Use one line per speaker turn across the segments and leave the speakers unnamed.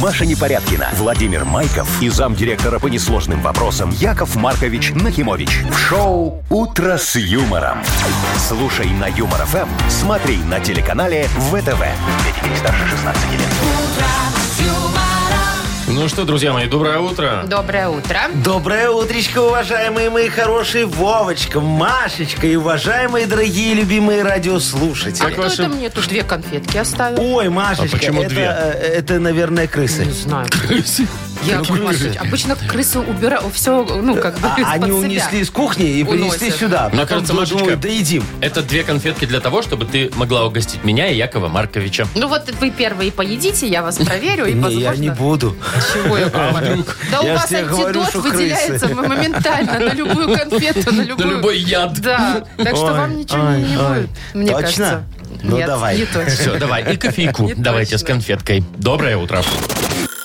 Маша Непорядкина, Владимир Майков и замдиректора по несложным вопросам Яков Маркович Нахимович. В шоу «Утро с юмором». Слушай на Юмор ФМ, смотри на телеканале ВТВ. Для детей старше 16 лет.
Ну что, друзья мои, доброе утро.
Доброе утро.
Доброе утречко, уважаемые мои хорошие Вовочка, Машечка и уважаемые дорогие любимые
А
радиослушатели.
кто
ваши-
это мне тут две конфетки оставил?
Ой, Машечка,
А почему
это,
две?
э, это, наверное, крысы.
Не знаю. Я Обычно крысы убираю все, ну, как бы,
ну, А
из-под
они
себя.
унесли из кухни и принесли
Уносят.
сюда.
Мне
Потом
кажется,
думаю,
Машечка-
доедим.
Это две конфетки для того, чтобы ты могла угостить меня и Якова Марковича.
Ну вот вы первые поедите, я вас проверю. И,
Не, я не
возможно,
буду.
чего я говорю. Да у
Я ж
вас
тебе говорю,
антидот
что крысы.
выделяется моментально на любую конфету, на любую...
любой яд.
Да, так что
Ой,
вам ничего не- не
ой, ой.
будет, мне
Точно?
кажется.
Ну,
Нет,
давай.
Не точно.
Все, давай, и кофейку
Не
давайте с
точно.
конфеткой. Доброе утро.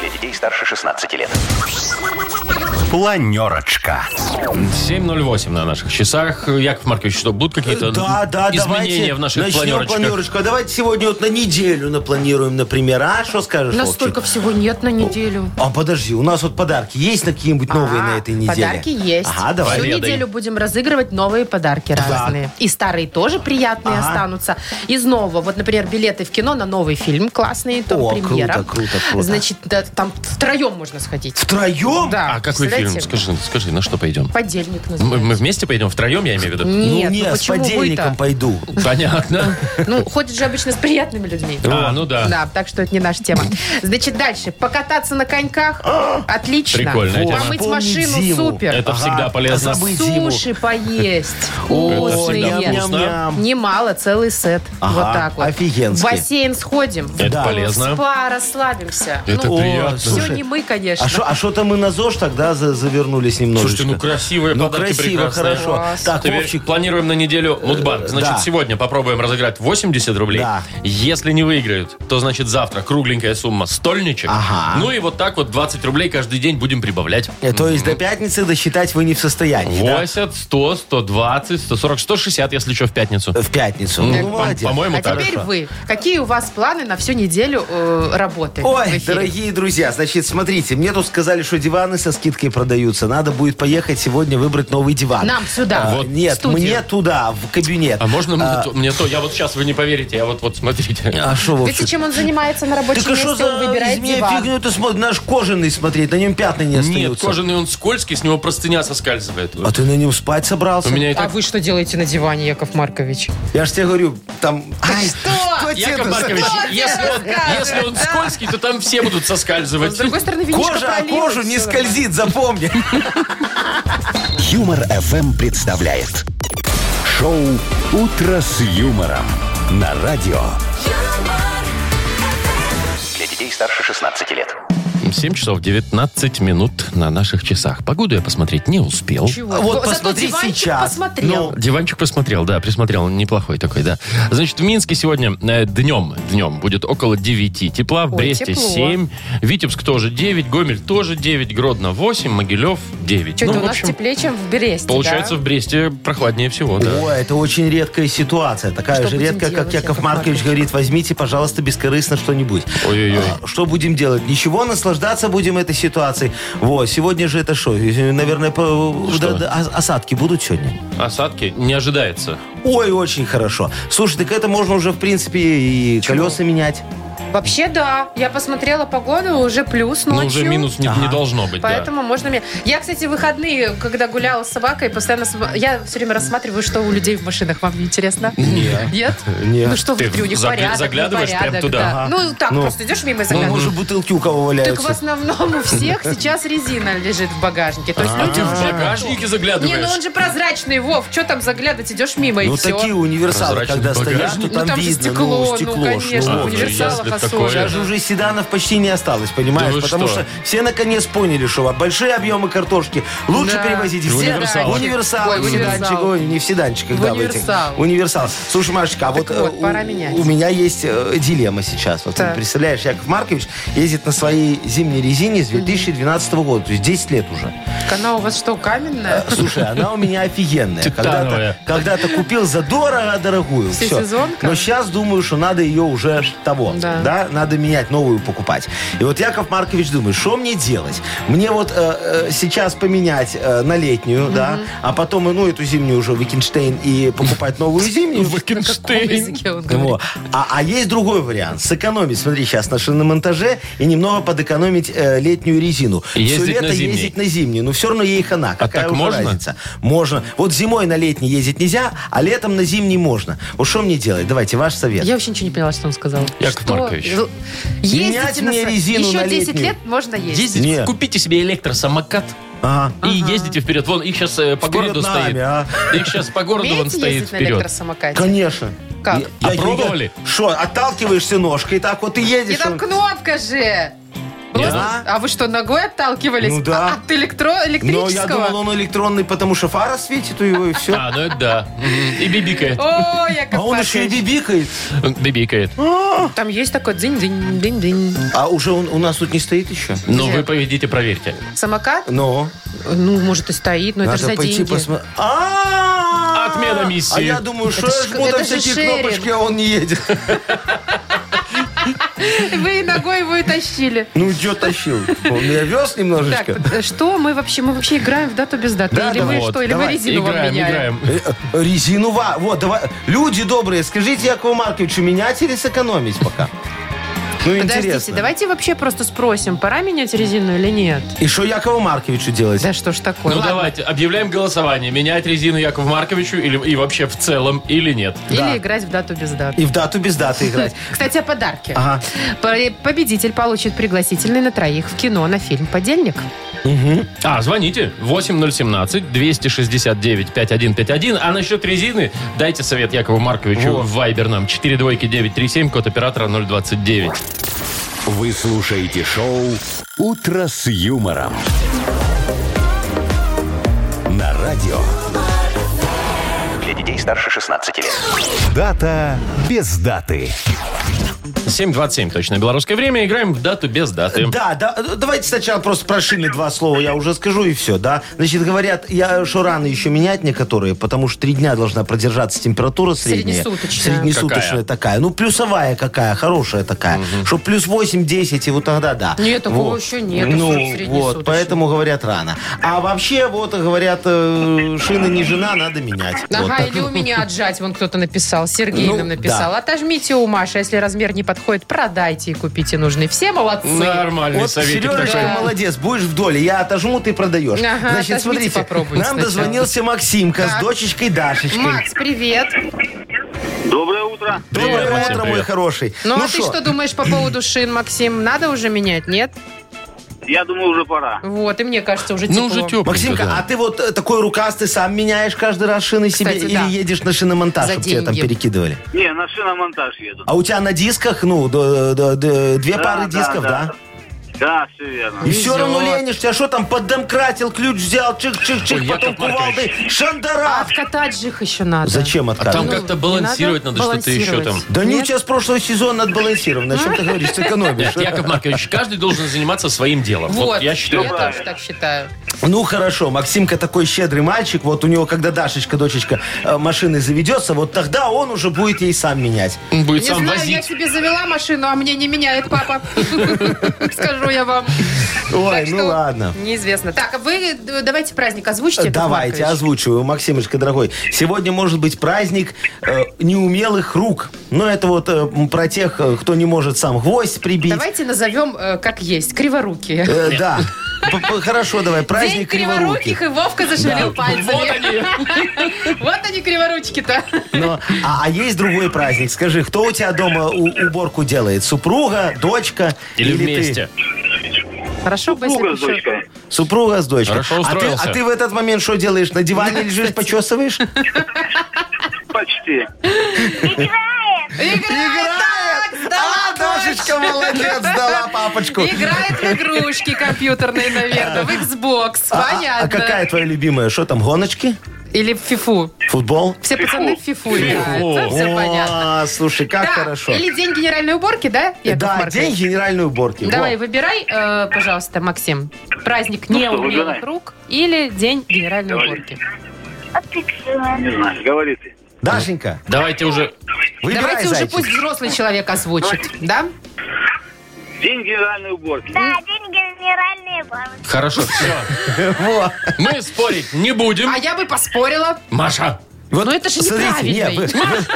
Для детей старше 16 лет. Планерочка.
7.08 на наших часах. Яков Маркович, что, будут какие-то
Э, Да, да,
изменения
давайте
в наших
начнем
планерочках?
планерочку. А давайте сегодня вот на неделю напланируем, например. А что скажешь,
Настолько
Вовчик?
всего нет на неделю.
А подожди, у нас вот подарки есть на какие-нибудь новые
А,
Ну, на этой неделе?
Подарки есть.
Ага, давай.
Всю
Поведай.
неделю будем разыгрывать новые подарки разные. И старые тоже приятные
Ага.
останутся. Из нового, вот, например, билеты в кино на новый фильм классный, там
О,
премьера.
круто, круто, круто.
Значит, да, там втроем можно сходить.
Втроем?
Да.
А какой фильм?
представляете?
Скажи, скажи, на что пойдем?
Подельник
Мы,
называется.
мы вместе пойдем втроем, я имею в виду?
Ну,
Нет, ну
не, с
почему
подельником
вы-то?
пойду.
Понятно.
Ну, ходят же обычно с приятными людьми.
А, ну да.
Да, так что это не наша тема. Значит, дальше. Покататься на коньках. Отлично.
Прикольная тема.
Помыть
А! Вспомнить
машину.
зиму.
Супер.
Это всегда полезно.
забыть зиму.
Суши поесть.
Ой,
Это всегда
Вкусные.
вкусно.
ням-ням-ням.
Немало, целый сет.
Ага,
вот так вот.
офигенски.
В бассейн сходим.
Это
Да.
В
полезно.
спа расслабимся.
Это
ну,
приятно.
все
слушай.
не мы, конечно.
А что а шо-то мы на ЗОЖ тогда за- завернулись немножечко?
Слушайте, ну красивые
Ну,
подарки
красиво,
прекрасные.
хорошо.
Класс.
Так,
Теперь
Вовчик,
А
Э,
планируем на неделю Мудбанк. Значит,
да.
сегодня попробуем разыграть 80 рублей.
Да.
Если не выиграют, то значит завтра кругленькая сумма стольничек.
Ага.
Ну и вот так вот 20 рублей каждый день будем прибавлять.
э, то есть до пятницы досчитать вы не в состоянии, да?
80, 100, 120, 140, 160, если что, в пятницу.
В пятницу.
Ну,
Ну,
по-
молодец.
по-моему,
А
так.
теперь вы. Какие у вас планы на всю неделю э, работы? в
Ой,
эфире?
дорогие друзья, значит, смотрите, мне тут сказали, что диваны со скидкой продаются. Надо будет поехать сегодня выбрать новый диван.
Нам сюда.
А,
Вот
Нет,
в студию.
мне туда, в кабинет.
А можно мне, то, мне то? Я вот сейчас, вы не поверите, я вот, вот смотрите.
А что,
Видите, чем он занимается на рабочем
Так а
месте?
что
он
за из
выбирает
меня
диван.
фигню ты смотришь? Наш кожаный смотреть, на нем пятна не
Нет,
остаются.
кожаный он скользкий, с него простыня соскальзывает.
А ты на нем спать собрался?
У меня и
А
так...
вы что делаете на диване, Яков Маркович?
Я же тебе говорю, там... Ай,
что?
тебе
Яков
это за-
Маркович,
Что
если
ты
он,
рассказываешь,
если он
да?
скользкий, то там все будут соскальзывать.
С другой стороны, винишко
Кожа о
пролилось,
кожу не
всё нормально.
скользит, запомни.
Юмор ФМ представляет шоу Утро с юмором на радио. Для детей старше 16 лет.
7 часов 19 минут на наших часах. Погоду я посмотреть не успел.
Чего?
Вот
Зато
посмотри
диванчик
сейчас.
посмотрел.
Ну,
Диванчик посмотрел, да, присмотрел, он неплохой такой, да. Значит, в Минске сегодня э, днем, днем будет около 9 тепла, в
Ой,
Бресте
тепло.
7, Витебск тоже 9, Гомель тоже 9, Гродно 8, Могилев 9.
Что-то
ну,
у
в
нас
общем,
теплее, чем в Бресте,
получается, в Бресте прохладнее всего, да.
Ой, это очень редкая ситуация. Такая
Что
же
будем
редкая, как
делать,
Яков
Яков
Маркович
Маркович?
говорит, возьмите, пожалуйста, бескорыстно что-нибудь.
Ой-ой-ой.
А, Что будем делать? Ничего, наслаждаться будем этой ситуацией. Вот, сегодня же это что? Наверное, по- да- да, ос- осадки будут сегодня?
Осадки не ожидается.
Ой, очень хорошо. Слушай, так это можно уже, в принципе, и колеса менять.
да? Вообще, да. Я посмотрела погоду, уже плюс
Но
ночью.
Ну, уже минус не, не должно быть, да.
Ну, а Поэтому можно мне... Я, кстати, в выходные, когда гуляла с собакой, постоянно... см- Я все время рассматриваю, что у людей в машинах. Вам не интересно? Нет. Нет? Ну что
Ты
вы, у них
загля-
порядок,
заглядываешь прям
непорядок,
туда?
да. Ну так,
Ну.
просто идешь мимо и
Ну,
заглядываешь.
может, бутылки у кого
ну,
валяются.
Так в основном у всех сейчас резина лежит в багажнике. То есть
А ты
люди
в
уже
багажнике
Не, ну
заглядываешь?
он же прозрачный, Вов. Что там заглядывать? Идешь мимо и
Ну,
все.
такие универсалы,
Прозрачный
когда стоят,
багажник.
ну,
Ну,
там,
там же
видно,
стекло,
ну,
ну,
стекло. ж,
конечно,
ну,
в
вот.
универсалах
Ясно,
особо.
такое.
Сейчас же уже седанов почти не осталось, понимаешь?
Да вы
Потому
что?
что? все наконец поняли, что во- большие объемы картошки лучше
Да.
перевозить
В
все
универсал.
в универсал,
Ой,
в седанчик,
универсал.
ой, не в седанчиках,
В
да, в этих.
универсал.
Универсал. Слушай, Машечка, а вот,
вот,
э, у-
пора менять.
у меня есть э, дилемма сейчас. Вот ты
Так.
представляешь, Яков Маркович ездит на своей зимней резине с 2012 года, то есть 10 лет уже.
Она у вас что, каменная?
Слушай, она у меня офигенная. титановая.
Титановая.
Когда-то, когда-то купил за дорого дорогую. Всё.
Всесезонка?
Но сейчас думаю, что надо ее уже того.
Да.
Да. Надо менять, новую покупать. И вот Яков Маркович думает, что мне делать? Мне вот э, э, сейчас поменять э, на летнюю, да, а потом, ну, эту зимнюю уже Викинштейн и покупать новую зимнюю.
Каком
Вакенштейн.
языке он говорит?
Вот. А, а есть другой вариант. Сэкономить, смотри, сейчас на шиномонтаже и немного подэкономить э, летнюю резину.
И ездить
Все лето
на зимней.
ездить на зимнюю, но все равно ей хана. Какая
так
уже
можно?
разница? Можно. Вот зимой на летний ездить нельзя, а летом на зимний можно. Вот что мне делать? Давайте, ваш совет.
Я вообще ничего не поняла, что он сказал.
Яков
Что?
Маркович.
Ну, Ездите
Менять мне
со-
резину
Еще
на
10
летнюю.
лет можно ездить.
Ездите,
Не.
купите себе электросамокат
Ага.
и ездите вперед. Вон, их сейчас по
Вперед
городу
нами,
стоит.
а.
Их сейчас по городу вон
Умеете
стоит
ездить на
вперед.
электросамокате?
Конечно.
Как?
А пробовали?
Что, отталкиваешься ножкой, так вот и
И
едешь.
там
он-
кнопка же! Просто-
Да.
А вы что, ногой отталкивались?
Ну да.
А- От электро-
Но я думал,
электрического?
он электронный, потому что фара светит у его, и все.
А, ну это да. Мгм. И бибикает.
О, Яков
А он еще и
Маркович.
бибикает.
Бибикает.
Там есть такой динь-динь-динь-динь.
А уже он у нас тут не стоит еще?
Ну,
Где?
вы поведите, проверьте.
Самокат?
Ну,
Ну, может, и стоит, но это же
надо
за
пойти
деньги.
посмотреть. А-а-а!
Отмена миссии.
А я думаю, что
Это
я
ж-
жму
это
там
же
всякие
шеринг.
кнопочки, а он не едет.
Вы ногой его и тащили.
Ну, что тащил? Он меня вез
Так,
немножечко.
э, что мы вообще? Мы вообще играем в дату без даты?
Да,
Или
да,
вы
вот,
что? Или вы
давай,
резину вам
играем,
меняли?
играем.
Э, э, Резину ва. Вот, давай. Люди добрые, скажите Якову Марковичу, менять или сэкономить пока? Ну,
Подождите,
интересно.
давайте вообще просто спросим, пора менять резину или нет?
И что Якову Марковичу делать?
Да что ж такое?
Ну
Ладно.
давайте, объявляем голосование. Менять резину Якову Марковичу или и вообще в целом или нет?
Или
Да.
играть в дату без даты.
И в дату без даты играть.
Кстати, о подарке.
Ага.
По- Победитель получит пригласительный на троих в кино на фильм «Подельник».
А, звоните 8017-269-5151. А насчет резины дайте совет Якову Марковичу в Вайбер нам 42937, код оператора 029.
Вы слушаете шоу «Утро с юмором». На радио.
Для детей старше 16 лет.
Дата без даты.
7.27 точно белорусское время. Играем в дату без даты.
Да, да, э, давайте сначала просто про шины два слова я уже скажу и все, да. Значит, говорят, я э, что рано еще менять некоторые, потому что три дня должна продержаться температура средняя.
Среднесуточная.
Среднесуточная
Какая?
такая. Ну, плюсовая какая, хорошая такая. Что плюс 8-10, и вот тогда да.
Нет, такого еще нет,
Ну,
среднесуточная.
вот, поэтому говорят рано. А вообще, вот, говорят, э, шины не жена, надо менять. Вот
Ага,
так.
или у меня отжать, вон кто-то написал, Сергей
Ну,
нам написал.
да.
Отожмите у Маши, а если размер не подходит, продайте и купите нужный. Все молодцы.
Нормальный
Вот,
советик такой.
Сережечка, молодец, будешь в доле. Я отожму, ты продаешь.
Ага, отожмите,
Значит, смотрите,
попробуйте
нам
сначала.
дозвонился Максимка
Так.
с дочечкой Дашечкой.
Макс, привет.
Доброе утро.
Доброе
Привет, Максим,
утро, мой
привет.
хороший.
Ну, а ты
шо,
что думаешь по поводу шин, Максим? Надо уже менять, нет?
Я думаю, уже пора.
Вот, и мне кажется, уже тепло.
Ну, уже тепло.
Максимка, а ты вот э, такой рукастый сам меняешь каждый раз шины
Кстати,
себе
да.
или едешь на шиномонтаж,
За
чтобы тебя там
деньги.
перекидывали?
Не, на шиномонтаж еду.
А у тебя на дисках, ну, д- д- д- две
Да,
пары
да,
дисков, да?
да. Да, все верно.
И все равно
Везет.
ленишься, а что там, поддомкратил, ключ взял,
Ой,
чик-чик-чик, потом
Яков Маркович.
кувалдой,
А
шандарах.
откатать же их еще надо.
Зачем
А там
откатывать?
как-то
не
балансировать надо, что-то еще там.
балансировать.
Да ну не, у
Нет?
тебя с прошлого сезона отбалансировано. О чем ты говоришь? Ты экономишь.
Нет, Яков Маркович, каждый должен заниматься своим делом. Вот,
Вот,
я считаю.
Всё
тоже
правильно.
так считаю.
Ну хорошо, Максимка такой щедрый мальчик. Вот у него, когда Дашечка, дочечка, э, машины заведется, вот тогда он уже будет ей сам менять.
Он Ну, будет
Не
сам
знаю, я
возить.
тебе завела машину, а мне не меняет папа. Скажу я вам.
Ой,
Так
ну
что
ладно.
Неизвестно. Так, а вы э, давайте праздник озвучите. Яков
Давайте,
Маркович.
озвучиваю, Максимочка, дорогой. Сегодня может быть праздник э, неумелых рук. Но это вот э, м, про тех, э, кто не может сам гвоздь прибить.
Давайте назовем э, как есть. Криворукие.
Э, да. П- п- Хорошо, давай,
День
праздник
криворуких, и
криворуких.
Вовка зашевелил
Вот
пальцами.
они.
Вот они, криворучки-то.
Но- а, а есть другой праздник. Скажи, кто у тебя дома у- уборку делает? Супруга, дочка
Или
ты?
вместе.
Хорошо, бы, если бы
Друга с
еще-
дочкой.
Супруга с дочкой.
Хорошо
а, ты,
устроился.
а ты в этот момент что делаешь? На диване лежишь, почесываешь?
Почти.
Играет! так,
А,
сдала
Дашечка,
дочь.
молодец, сдала папочку.
Играет в игрушки компьютерные, наверное, в Xbox.
А- а-
Понятно.
А какая твоя любимая? Что там, гоночки?
Или в фифу.
Футбол?
Все пацаны в фифу играют. да, Все
О,
понятно.
слушай, как
Да,
хорошо.
Или день генеральной уборки, да? Яков
да,
Маркович?
день генеральной уборки.
Давай,
Во.
выбирай, э, пожалуйста, Максим. Праздник
что,
неумелых
выбирай.
рук или день генеральной
Давай.
уборки.
Не знаю, говори ты.
Дашенька,
Давайте уже...
выбирай
Давайте уже
зайчик.
пусть взрослый человек озвучит, да?
День генеральной уборки.
Да, день генеральной бабушки.
Хорошо, все.
Во.
Мы спорить не будем.
А я бы поспорила.
Маша,
Вот
Ну, это же
смотрите, не,
неправильный.
вы-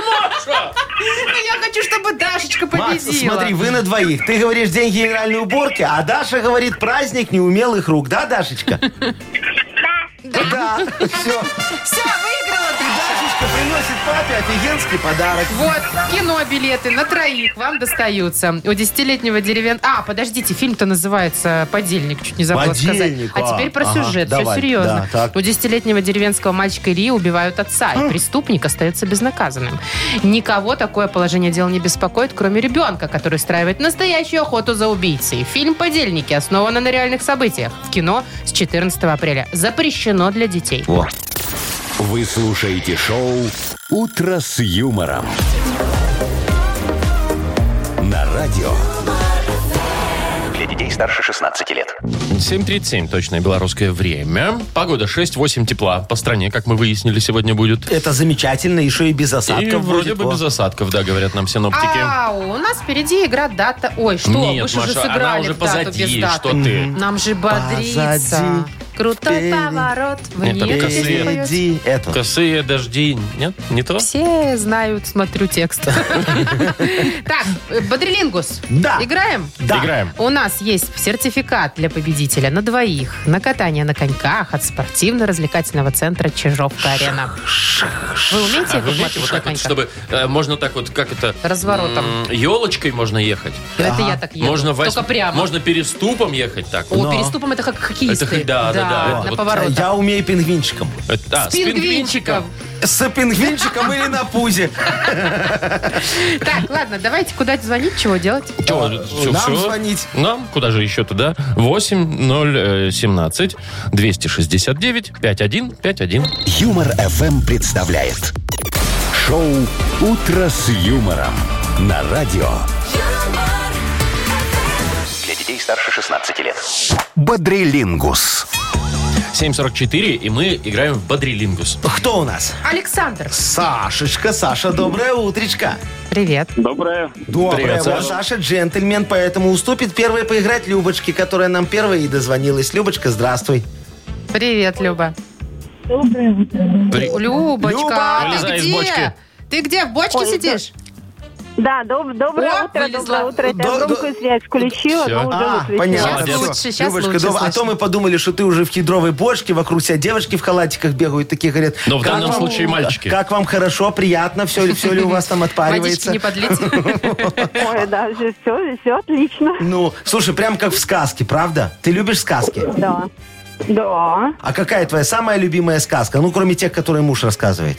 Ну, я хочу, чтобы Дашечка
Макс,
победила.
смотри, вы на двоих. Ты говоришь день генеральной уборки, а Даша говорит праздник неумелых рук. Да, Дашечка? Да. Все.
Все, выиграла ты, Даша.
Дашечка приносит папе офигенский подарок.
Вот, кинобилеты на троих вам достаются. У десятилетнего деревен... А, подождите, фильм-то называется «Подельник», чуть не забыла
«Подельник»,
сказать. А
а,
теперь про
ага,
сюжет, все
давай,
серьезно.
да, так. Хм.
У десятилетнего деревенского мальчика Ильи убивают отца, и преступник остается безнаказанным. Никого такое положение дел не беспокоит, кроме ребенка, который устраивает настоящую охоту за убийцей. Фильм «Подельники» основан на реальных событиях. В кино с 14 апреля. Запрещено для детей.
Вы слушаете шоу «Утро с юмором». На радио.
Для детей старше 16 лет.
7.37, точное белорусское время. Погода 6-8 тепла. По стране, как мы выяснили, сегодня будет.
Это замечательно, еще и без
И
Э, осадков.
вроде
будет.
бы
О.
без осадков, да, говорят нам синоптики.
Ау, у нас впереди игра дата... Ой, что?
Нет,
вы же
Маша,
уже
она
сыграли
уже
в дату
позади,
без даты.
что ты.
Нам же бодрится.
Позади,
Крутой
впереди.
поворот. Вы
Нет, там
не
косые.
песню поете?
Впереди это.
Косые дожди. Нет, не то?
Все знают, смотрю текст. Так, э, Бодрилингус.
Да.
Играем?
Да.
Играем.
У нас есть сертификат для победителя на двоих на катание на коньках от спортивно-развлекательного центра Чижовка-Арена. Вы умеете,
А вы
Яков
знаете, вот так
Маркович, на
вот,
коньках?
чтобы... э, Можно так вот, как это...
Разворотом.
Елочкой можно ехать.
Это я так еду.
Можно вось-
Только прямо.
Можно переступом ехать так. Ну,
О, переступом это как хоккеисты.
Это хо- да, да, да.
На
Вот.
поворотах.
Я умею пингвинчиком.
Это- а,
С пингвинчиком.
С пингвинчиком или на пузе.
Так, ладно, давайте куда звонить, чего делать?
Чё,
Э,
всё,
нам
всё?
звонить.
Нам? Куда же еще туда? 8017 269 5151.
Юмор FM представляет шоу Утро с юмором на радио
Для детей старше 16 лет.
Бодрилингус.
744, и мы играем в Бодрилингус.
Кто у нас?
Александр,
Сашечка, Саша, доброе утречко.
привет.
Доброе.
Доброе.
Привет,
Вот
Саша.
Саша джентльмен, поэтому уступит первой поиграть Любочке, которая нам первая и дозвонилась. Любочка, здравствуй.
Привет, Люба.
При-
Любочка,
Люба!
а ты
Вылезай из
где?
бочки.
Ты где, в бочке
Ой,
сидишь?
Да, доб- доброе
О,
утро,
вылезла.
доброе утро. Это
До-
я громкую
до-
связь включила,
Всё.
но уже
А,
выключила.
понятно.
Сейчас
всё.
лучше, сейчас
Любочка,
лучше
добро. А
слышно.
то мы подумали, что ты уже в кедровой бочке, вокруг себя девочки в халатиках бегают, такие говорят.
Но в
«Как
данном
вам-
случае мальчики».
Как вам хорошо, приятно, все, все ли у вас там
Водички
отпаривается?
не подлить.
Ой, да, все, все отлично.
Ну, слушай, прям как в сказке, правда? Ты любишь сказки?
Да. Да.
А какая твоя самая любимая сказка? Ну, кроме тех, которые муж рассказывает.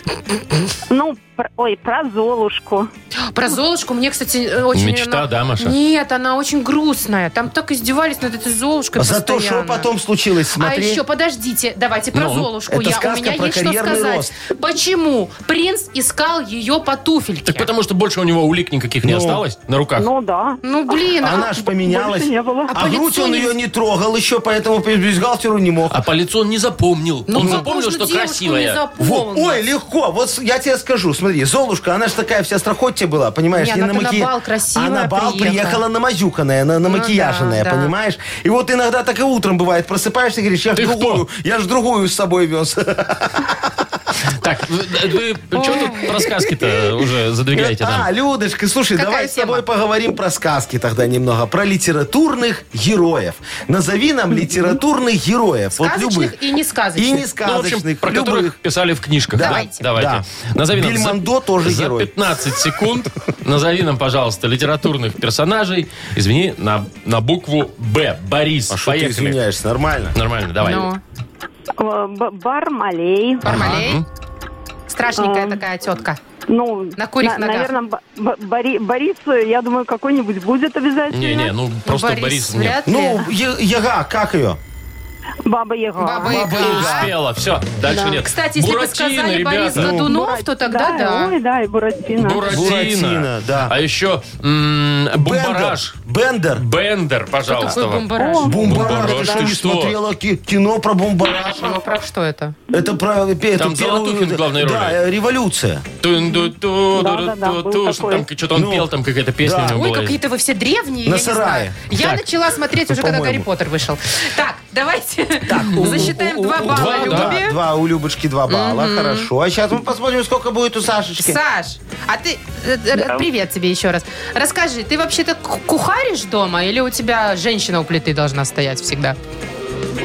Ну, про- ой, про Золушку.
Про Золушку мне, кстати, э, очень...
Мечта,
она-
да, Маша?
Нет, она очень грустная. Там так издевались над этой Золушкой
За то, что
постоянно.
потом случилось,
А
смотри.
еще, подождите, давайте про
Ну,
Золушку.
это
Я, у
сказка
меня
про
есть что
карьерный
сказать.
рост.
Почему принц искал ее по туфельке?
Так потому что больше у него улик никаких не
Ну.
осталось на руках.
Ну да.
Ну, блин, а-
Она ж поменялась.
Больше не было.
А,
по
грудь
лицу
он
не-
ее не трогал еще, поэтому по бюстгальтеру не мог.
А по лицу он не запомнил.
ну,
он
как
запомнил,
можно
что
девушку не
красивая.
Во,
запомнить?
ой, легко. Вот с- я тебе скажу, смотри, Золушка, она же такая вся страхотья была, понимаешь?
Не,
не
она-то на
маки-
бал красивая
А на бал
приехала.
приехала, намазюканная, на, на
Ну
макияженная,
да, да.
понимаешь? И вот иногда так и утром бывает, просыпаешься и говоришь, я ж
Ты кто?
другую, я ж другую с собой вез.
Так, вы, что тут про сказки-то уже задвигаете
А,
нам?
Людочка, слушай,
Какая
давай с тобой
тема?
поговорим про сказки тогда немного, про литературных героев. Назови нам литературных героев. вот
Сказочных
любых.
и не
И не
сказочных.
Ну, в общем,
сказочных,
про которых
любых.
писали в книжках.
Да.
Давай, Давайте.
Да.
Назови нам
Бельмондо тоже
за
герой.
15 секунд назови нам, пожалуйста, литературных персонажей. Извини, на, на букву Б. Борис.
А что ты
Поехали.
извиняешься, нормально.
Нормально, давай.
Ну,
Э, Б- Бармалей.
Бармалей.
Ага.
Страшненькая
А.
такая тетка.
Ну,
На курьих ногах.
наверное, Б- Б- Бори- Борис, э, я думаю, какой-нибудь будет обязательно.
Не-не, ну просто Борис, нет.
вряд ли.
Ну, Я- Яга, как ее?
Баба Яга.
Баба Яга.
Не успела, все, дальше
Да.
нет.
Кстати, если бы сказали Борис
Ну.
ребята.
Годунов, то ну, тогда да.
Ой, да, и Буратино.
Буратино.
Буратино, да.
А еще м, Бумбараш.
Бендер. Бендер.
Бендер, пожалуйста.
Такой
вам.
бомбараж.
Бумбараш,
Бумбараш. Ты что,
ты
не
что?
смотрела ки- кино про Бумбараш?
Ну, про что это?
Это про э, пе-
Там
эту
Золотухин в главной
Да,
роли.
э, революция.
Тун-ду-ту,
Да-да-да,
ду-ру-ту-ту,
был
что
такой.
Там что-то он
Ну,
пел, там какая-то песня
да.
у него
Ой,
была.
какие-то вы все древние,
На
я
сарае.
не знаю. Я
Так.
начала смотреть уже, когда
По-моему.
Гарри Поттер вышел. Так, давайте
у-
засчитаем
у- у-
два
у-
балла
два, да.
Любе.
Два, у Любочки два балла, хорошо. А сейчас мы посмотрим, сколько будет у Сашечки.
Саш, а ты... э, э, Привет тебе еще раз. Расскажи, ты вообще-то ку- кухаришь дома или у тебя женщина у плиты должна стоять всегда?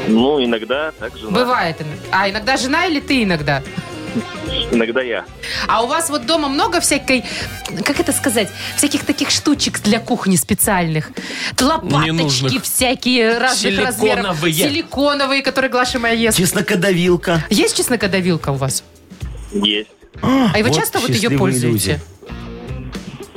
Ну, иногда так же.
Бывает. ин- А иногда жена или ты иногда?
Иногда я.
А у вас вот дома много всякой, как это сказать, всяких таких штучек для кухни специальных? Лопаточки
Ненужных.
всякие разных размеров.
Силиконовые.
Силиконовые, которые Глаша моя ест.
Чеснокодавилка.
Есть чеснокодавилка у вас?
Есть.
А и вы
вот
часто вот ее
счастливые
пользуете?
люди.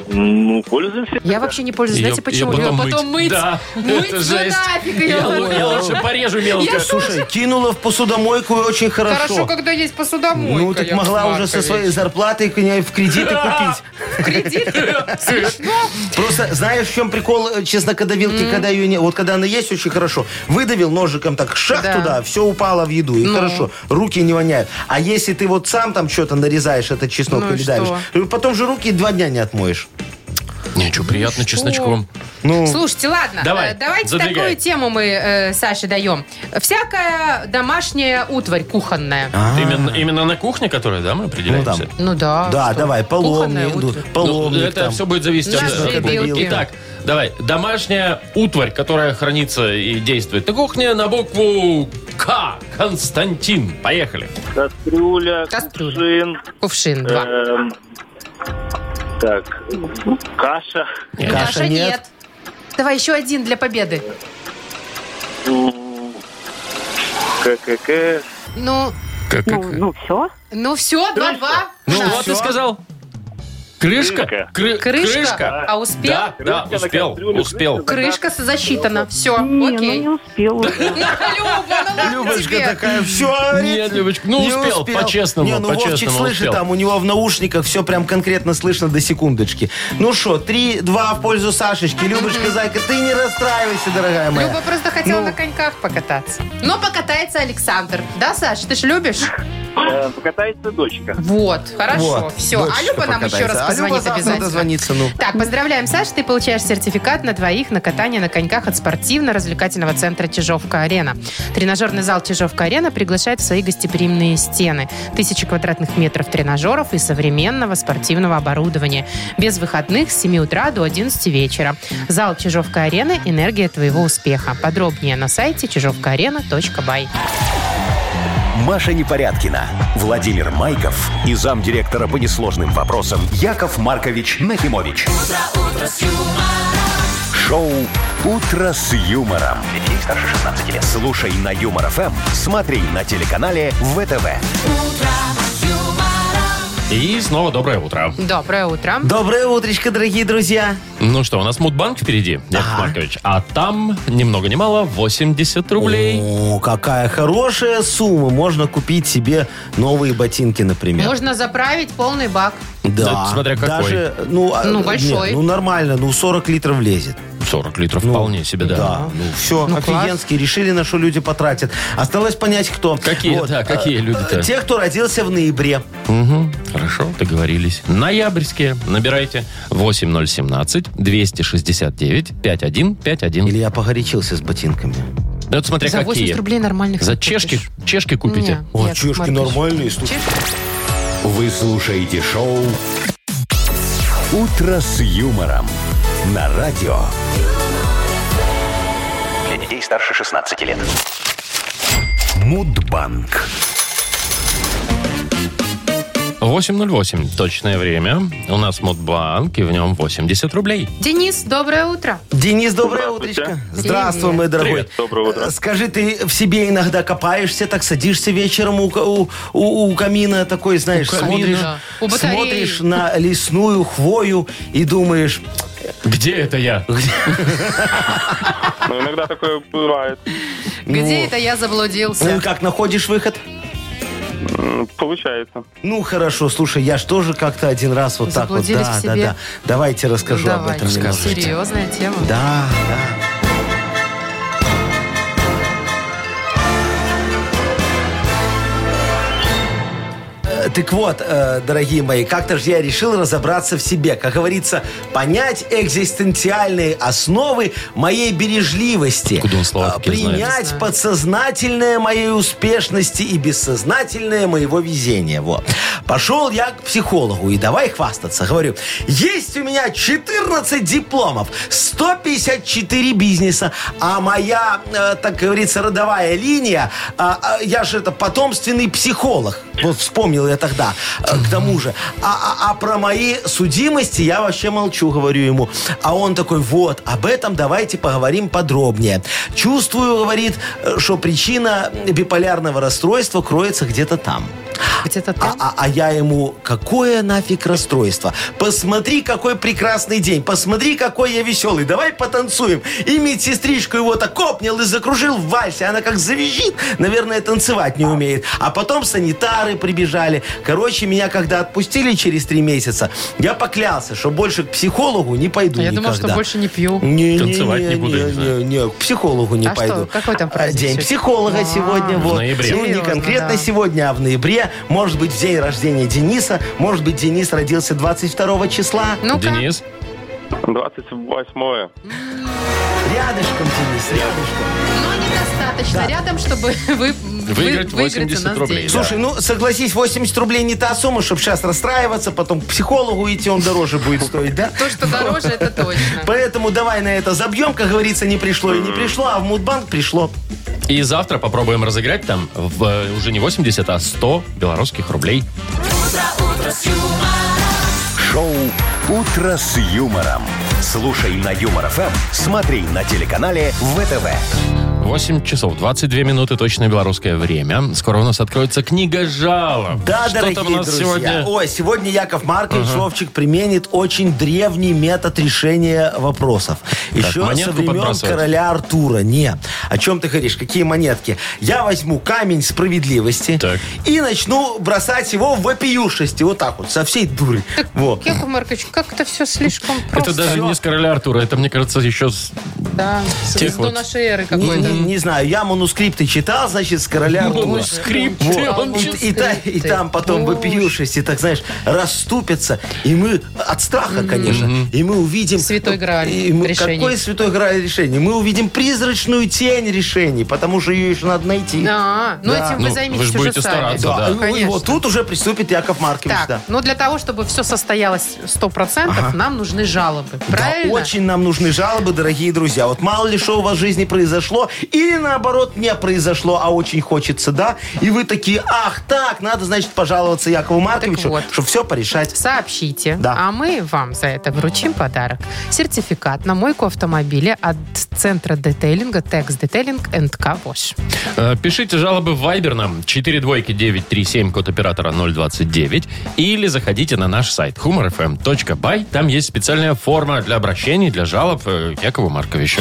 Ну, пользуемся.
Я вообще не пользуюсь.
Её-
Знаете почему?
её
Её
потом мыть.
мыть.
Да,
Мыть
это
ну
жесть.
нафиг ее.
Я лу- я лучше порежу мелко.
Я
Слушай, кинула в посудомойку и очень хорошо.
Хорошо, когда есть посудомойка.
ну, так
Яков
могла уже со
Маркович.
своей зарплатой коня в кредиты купить.
Кредит? Смешно.
Просто знаешь, в чем прикол э, чеснокодавилки, когда ее не... Вот когда она есть, очень хорошо. Выдавил ножиком так, шах
Да. Ну.
туда, все упало в еду, и хорошо. Руки не воняют. А если ты вот сам там что-то нарезаешь, этот чеснок
Ну и
или давишь,
что?
потом же руки два дня не отмоешь.
Ничего, приятно чесночком.
Ну,
Слушайте, ладно,
Давай,
э, давайте
задвигай.
такую тему мы э, Саше даем. Всякая домашняя утварь кухонная.
А.
Именно, именно на кухне, которая, да, мы
там.
определяемся?
Ну да.
да,
что?
давай,
Кухонная
поломник,
утварь.
ну,
Ну,
поломник
это
там.
все будет зависеть
Ножи,
от...
вилки.
Итак, давай. Домашняя утварь, которая хранится и действует. На кухне на букву К. Константин. Поехали.
Кастрюля,
Кастрюля.
кувшин,
Кувшин, два.
эм, так, каша,
Каша нет.
Давай еще один для победы.
м, ККК,
Ну,
Как,
Ну, ну все.
ну все, два-два.
Ну,
Да.
вот ты сказал. Крышка?
Крышка.
Кры-
Крышка? А успел?
Да, да,
Крышка на
успел,
кастрюле,
успел.
Крышка с- засчитана. Все,
Не, ну
окей.
не
Ну,
успела.
Люба, ну ладно
Любочка
тебе.
такая, все,
Нет, Любочка, ну успел, по-честному,
Не, ну Вовчик,
по-честному
слышит
успел.
там, у него в наушниках все прям конкретно слышно до секундочки. Ну что, 3-2 в пользу Сашечки. Любочка, зайка, ты не расстраивайся, дорогая моя.
Люба просто хотела на коньках покататься. Но покатается Александр. Да, Саш, ты ж любишь?
э, покатается дочка.
Вот, хорошо,
Вот,
все.
дочка
А Люба нам
покатается.
еще раз
А Люба
позвонит
завтра
обязательно.
дозвонится, ну.
Так, поздравляем, Саш, ты получаешь сертификат на двоих на катание на коньках от спортивно-развлекательного центра Чижовка-Арена. Тренажерный зал Чижовка-Арена приглашает в свои гостеприимные стены. Тысячи квадратных метров тренажеров и современного спортивного оборудования. Без выходных с 7 утра до 11 вечера. Зал Чижовка-Арена – энергия твоего успеха. Подробнее на сайте чижовкаарена.бай.
Маша Непорядкина, Владимир Майков и замдиректора по несложным вопросам Яков Маркович Нахимович. Шоу Утро с юмором. Детей старше 16 лет. Слушай на юмор ФМ, смотри на телеканале ВТВ.
И снова доброе утро.
Доброе утро.
Доброе утречко, дорогие друзья.
Ну что, у нас Мудбанк впереди, Яков Маркович. А там, ни много ни мало, 80 рублей.
О, какая хорошая сумма. Можно купить себе новые ботинки, например.
Можно заправить полный бак.
Да, смотря какой.
Даже, ну, а,
Ну,
нет,
большой.
ну, нормально, ну, 40 литров лезет.
40 литров
Ну,
вполне себе, да.
Да, ну все,
Ну, класс.
офигенски, решили, на что люди потратят. Осталось понять, кто.
Какие, да,
э,
какие люди-то?
э, Те, кто родился в ноябре.
Мгм, хорошо, договорились. Ноябрьские. Набирайте 8017-269-5151.
Или я погорячился с ботинками.
Ну, это смотря
За 80
какие.
рублей нормальных
За
не
чешки,
купишь.
чешки
Не,
купите.
О,
Яков
чешки
Маркович.
нормальные, слушай.
Вы слушаете шоу Утро с юмором на радио.
Для детей старше 16 лет.
Мудбанк.
8.08. Точное время. У нас Мудбанк, и в нем 80 рублей.
Денис, доброе утро.
Денис, доброе
Здравствуйте.
утречко. Здравствуй, мой дорогой.
Привет,
доброе утро.
Э, Скажи, ты в себе иногда копаешься, так садишься вечером у, ка- у- у- у камина такой, знаешь,
камина.
смотришь,
У батареи.
смотришь на лесную хвою и думаешь,
Где это я?
Ну, иногда такое бывает.
Где это я
Ну,
заблудился?
как находишь выход?
М, Получается.
Ну, хорошо, слушай, я ж тоже как-то один раз вот так вот.
Заблудились
Да,
в
да,
себе.
да. Давайте расскажу об
Давай,
этом немножечко.
ну, серьезная тема.
Да, да. Э, Так вот, э, дорогие мои, как-то же я решил разобраться в себе. Как говорится, понять экзистенциальные основы моей бережливости.
Откуда он слова
Э,
такие знает?
Принять подсознательное моей успешности и бессознательное моего везения. Вот. Пошел я к психологу и давай хвастаться. Говорю, есть у меня 14 дипломов, 154 бизнеса, а моя, э, так говорится, родовая линия, а, а, я же это потомственный психолог. Вот вспомнил я тогда, э, к тому же. А, а- а про мои судимости я вообще молчу, говорю ему. А он такой, вот, об этом давайте поговорим подробнее. Чувствую, говорит, э, что причина биполярного расстройства кроется где-то там.
Где-то
А,
там.
а- а я ему, какое нафиг расстройство? Посмотри, какой прекрасный день. Посмотри, какой я веселый. Давай потанцуем. И медсестричку его так копнил и закружил в вальсе. Она как завизжит. Наверное, танцевать не умеет. А потом санитары прибежали. Короче, меня когда отпустили через три месяца, я поклялся, что больше к психологу не пойду
Я
никогда.
думала, что больше не пью.
Не,
Танцевать не буду, я не знаю.
не, к психологу не
А
пойду.
что, какой там праздник
День
сегодня?
психолога
А,
сегодня.
в
вот.
ноябре.
Ну, не
Серьезно,
конкретно
да.
сегодня, а в ноябре. Может быть, в день рождения Дениса. Может быть, Денис родился 22 числа.
Ну-ка.
Денис?
28
Рядышком, Денис, рядышком.
Но недостаточно. Рядом, чтобы вы,
Выиграть 80 рублей. Да.
Слушай, ну, согласись, 80 рублей не та сумма, чтобы сейчас расстраиваться, потом к психологу идти, он дороже будет стоить, да?
То, что дороже, это точно.
Поэтому давай на это забьем, как говорится, не пришло и не пришло, а в Мудбанк пришло.
И завтра попробуем разыграть там в, э, уже не 80, а 100 белорусских рублей.
Шоу «Утро с юмором». Слушай на Юмор ФМ, смотри на телеканале ВТВ.
8 часов 22 минуты, точное белорусское время. Скоро у нас откроется книга жалоб.
Да,
Что
дорогие
там у нас
друзья.
сегодня?
Ой, сегодня Яков Маркович Вовчик применит очень древний метод решения вопросов. Еще со
монетку
времен
подбрасывать?
короля Артура. Не. О чем ты говоришь? Какие монетки? Я возьму камень справедливости
Так.
и начну бросать его в вопиюшести. Вот так вот, со всей дуры. Вот.
Яков Маркович, как это все слишком просто.
Это даже не с короля Артура, это, мне кажется, еще с...
Да,
Тех
звезду
вот.
нашей эры
Не, не-
какой-то.
не знаю, я манускрипты читал, значит, с короля Артура.
Скрипты,
Вот.
ну, он
И,
чё-
и та- и там потом вопиюшись, и так, знаешь, расступятся, и мы от страха, конечно, и мы увидим... э,
Святой Грааль
И мы-
решений.
Какой святой грааль решений? Мы увидим призрачную тень решений, потому что ее еще надо найти.
А, ну
Да.
этим
Ну,
вы
вы ж
займетесь уже
будете
сами.
стараться, да.
ну, и
конечно.
вот тут уже приступит Яков Маркович,
Так,
да.
ну для того, чтобы все состоялось 100%, нам нужны жалобы.
Да,
Правильно?
очень нам нужны жалобы, дорогие друзья. Вот мало ли что у вас в жизни произошло, или наоборот не произошло, а очень хочется, да? И вы такие, ах, так, надо, значит, пожаловаться Якову Марковичу,
вот.
чтобы все порешать.
Сообщите,
Да.
а мы вам за это вручим подарок. Сертификат на мойку автомобиля от центра детейлинга Tex Detailing НК Bosch.
Э, Пишите жалобы в Viber нам 42937, код оператора 029, или заходите на наш сайт humorfm.by. Там есть специальная форма для обращений, для жалоб э, к Якову Марковичу.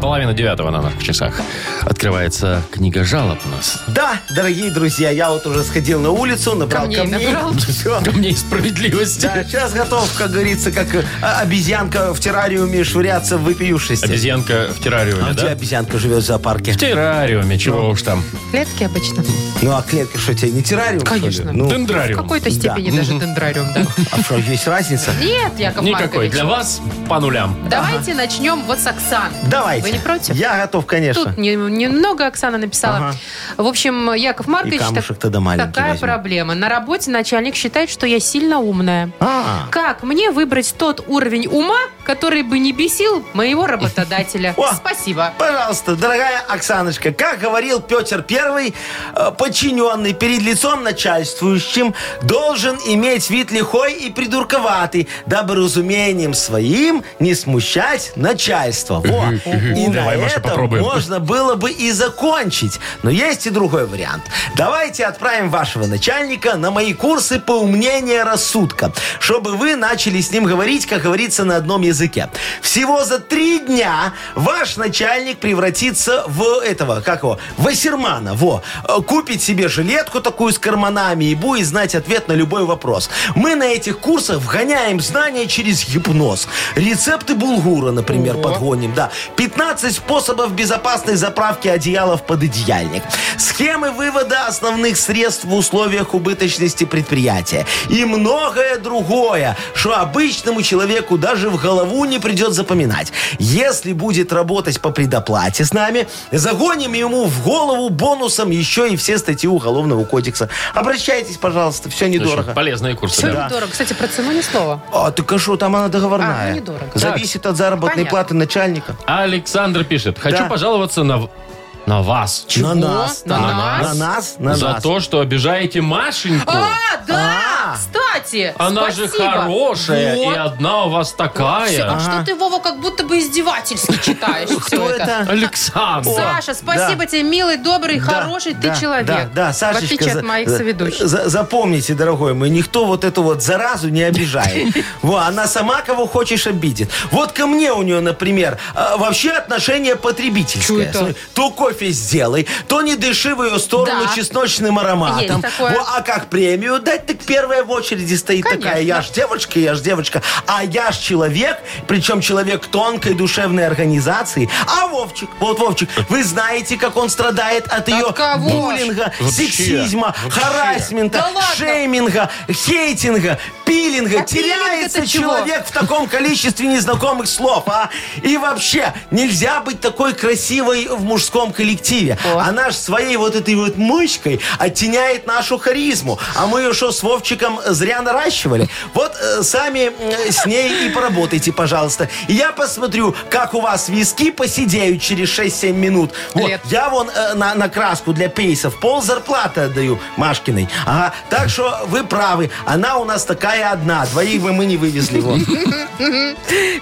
Половина девятого на наших часах. Открывается книга жалоб у нас.
Да, дорогие друзья, я вот уже сходил на улицу, набрал
Камней
камней.
набрал.
Всё.
Ко мне и справедливости.
Да, сейчас готов, как говорится, как э, обезьянка в террариуме швыряться в выпиюшести.
Обезьянка в
А Ну.
террариуме,
где
да?
обезьянка живет в зоопарке?
В террариуме, чего уж там.
Клетки обычно.
Ну а клетка что, тебе не террариум? что ли?
Конечно.
Ну,
В
Дендрариум.
какой-то степени даже дендрариум, да.
а что, есть разница?
Нет, Яков
Никакой.
Маркович.
Для вас по нулям.
Давайте начнем вот с Оксаны.
Давайте.
Вы не против?
Я готов, конечно.
Тут не- немного Оксана написала.
Ага.
В общем, Яков Маркович,
И камушек тогда маленький
такая
возьму.
проблема. На работе начальник считает, что я сильно умная.
А,
Как мне выбрать тот уровень ума, который бы не бесил моего работодателя.
О!
Спасибо.
Пожалуйста, дорогая Оксаночка, как говорил Петр Первый, э, подчиненный перед лицом начальствующим должен иметь вид лихой и придурковатый, дабы разумением своим не смущать начальство. Во. И на
Давай, Маша,
этом
попробуем.
можно было бы и закончить. Но есть и другой вариант. Давайте отправим вашего начальника на мои курсы по умнению рассудка, чтобы вы начали с ним говорить, как говорится, на одном языке. Всего за три дня ваш начальник превратится в этого, как его, Вассермана. Во. Э, Купит себе жилетку такую с карманами и будет знать ответ на любой вопрос. Мы на этих курсах вгоняем знания через гипноз. Рецепты булгура, например, подгоним, да. 15 способов безопасной заправки одеяла в пододеяльник. Схемы вывода основных средств в условиях убыточности предприятия. И многое другое, что обычному человеку даже в голову не придет запоминать. Если будет работать по предоплате с нами, загоним ему в голову бонусом еще и все статьи Уголовного кодекса. Обращайтесь, пожалуйста, все
Слушай,
недорого.
Полезные курсы,
Все
да.
недорого. Кстати, про цену ни слова.
А, так а что, там она договорная.
А, ну, недорого.
Зависит от заработной
Понятно.
платы начальника.
Александр пишет. Хочу
Да.
пожаловаться на... На вас.
Чего?
На нас,
На
на
нас?
нас, на
за
нас.
то, что обижаете Машеньку.
А, да!
А.
Кстати,
Она же
спасибо.
хорошая,
Вот.
и одна у вас
Всё,
такая.
Что ты, Вова, как будто бы издевательски читаешь все
Кто
это.
это?
Александр.
Саша, спасибо тебе, милый, добрый,
Да,
хороший
да,
ты человек.
Да, да, Сашечка,
В отличие
за-
от моих
за-
соведущих.
за- запомните, дорогой мой, никто вот эту вот заразу не обижает. Во, она сама кого хочешь обидит. Вот ко мне у нее, например, а, вообще отношение
Чё
потребительское.
это?
Смотри, То кофе сделай, то не дыши в ее сторону
Да.
чесночным ароматом.
Есть такое.
Во, а как премию дать, так первая в очереди стоит
Конечно.
такая. Я ж девочка, я ж девочка. А я ж человек, причем человек тонкой душевной организации. А Вовчик, вот Вовчик, вы знаете, как он страдает от ее
кого ж?
буллинга,
Вообще,
сексизма,
вообще.
харасмента,
Да ладно?
шейминга, хейтинга, пилинга.
А
Теряется
пилинг-это чего?
человек в таком количестве незнакомых слов, а? И вообще, нельзя быть такой красивой в мужском коллективе.
О.
Она ж своей вот этой вот мышкой оттеняет нашу харизму. А мы ее что, с Вовчиком зря наращивали? Вот э, сами м, с ней и поработайте, пожалуйста. И я посмотрю, как у вас виски посидеют через 6-7 минут. Вот,
Лет.
я вон э, на, на краску для пейсов пол зарплаты отдаю Машкиной. Ага, так что вы правы. Она у нас такая одна. Двоих бы мы не вывезли. Вот.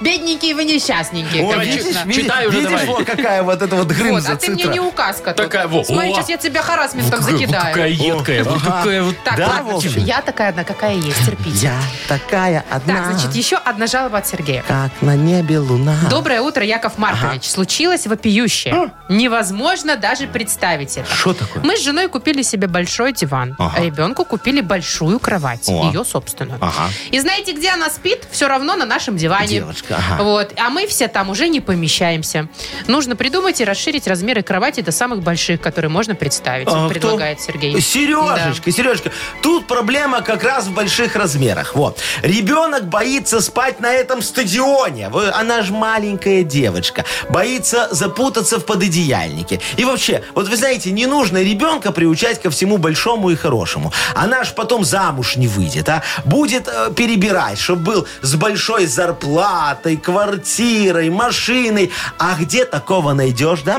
Бедненькие вы несчастненькие,
О,
как
видишь,
обычно.
видишь,
Читай уже
видишь,
давай.
вот какая вот эта вот
Вот,
грымза
а ты мне не указка тут.
Такая, во,
Смотри,
о.
сейчас я тебя харасментом
Какая- вот Какая
закидаю.
едкая, вот какая вот
Так,
Да,
ладно,
Вовчик?
я такая одна, какая есть, терпите.
Я такая одна,
Так, значит, еще одна жалоба от Сергея.
как на небе луна.
Доброе утро, Яков Маркович. Случилось вопиющее. Невозможно даже представить это.
Что А? такое?
Мы с женой купили себе большой диван,
Ага.
а ребенку купили большую кровать,
О.
ее собственную.
Ага.
И знаете, где она спит? Все равно на нашем диване.
Девочка, ага.
Вот. А мы все там уже не помещаемся. Нужно придумать и расширить размеры кровати до самых больших, которые можно представить,
А,
предлагает
кто?
Сергей.
Сережечка, Сережечка, тут проблема как раз в больших размерах. Вот. Ребенок боится спать на этом стадионе. Вы- Она же маленькая девочка. Боится запутаться в пододеяльнике. И вообще, вот вы знаете, не нужно ребенка приучать ко всему большому и хорошему. Она ж потом замуж не выйдет, а? Будет э, перебирать, чтобы был с большой зарплатой, квартирой, машиной. А где такого найдешь, да,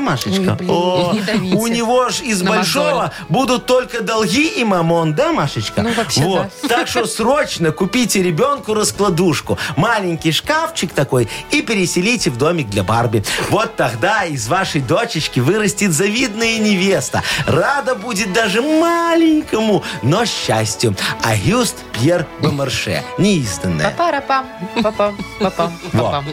Ой,
Машечка?
блин,
О,
не давите.
у него ж из
На
большого
мозоль.
будут только долги и мамон, да, Машечка?
Ну, вообще,
вот. Так что срочно купите ребенку раскладушку, маленький шкафчик такой и переселите в домик для Барби. Вот тогда из вашей дочечки вырастет завидная невеста. Рада будет даже маленькому, но счастью. А Юст Пьер Бомарше, неизданная.
Папарапам, папам, папам,
Во.
папам.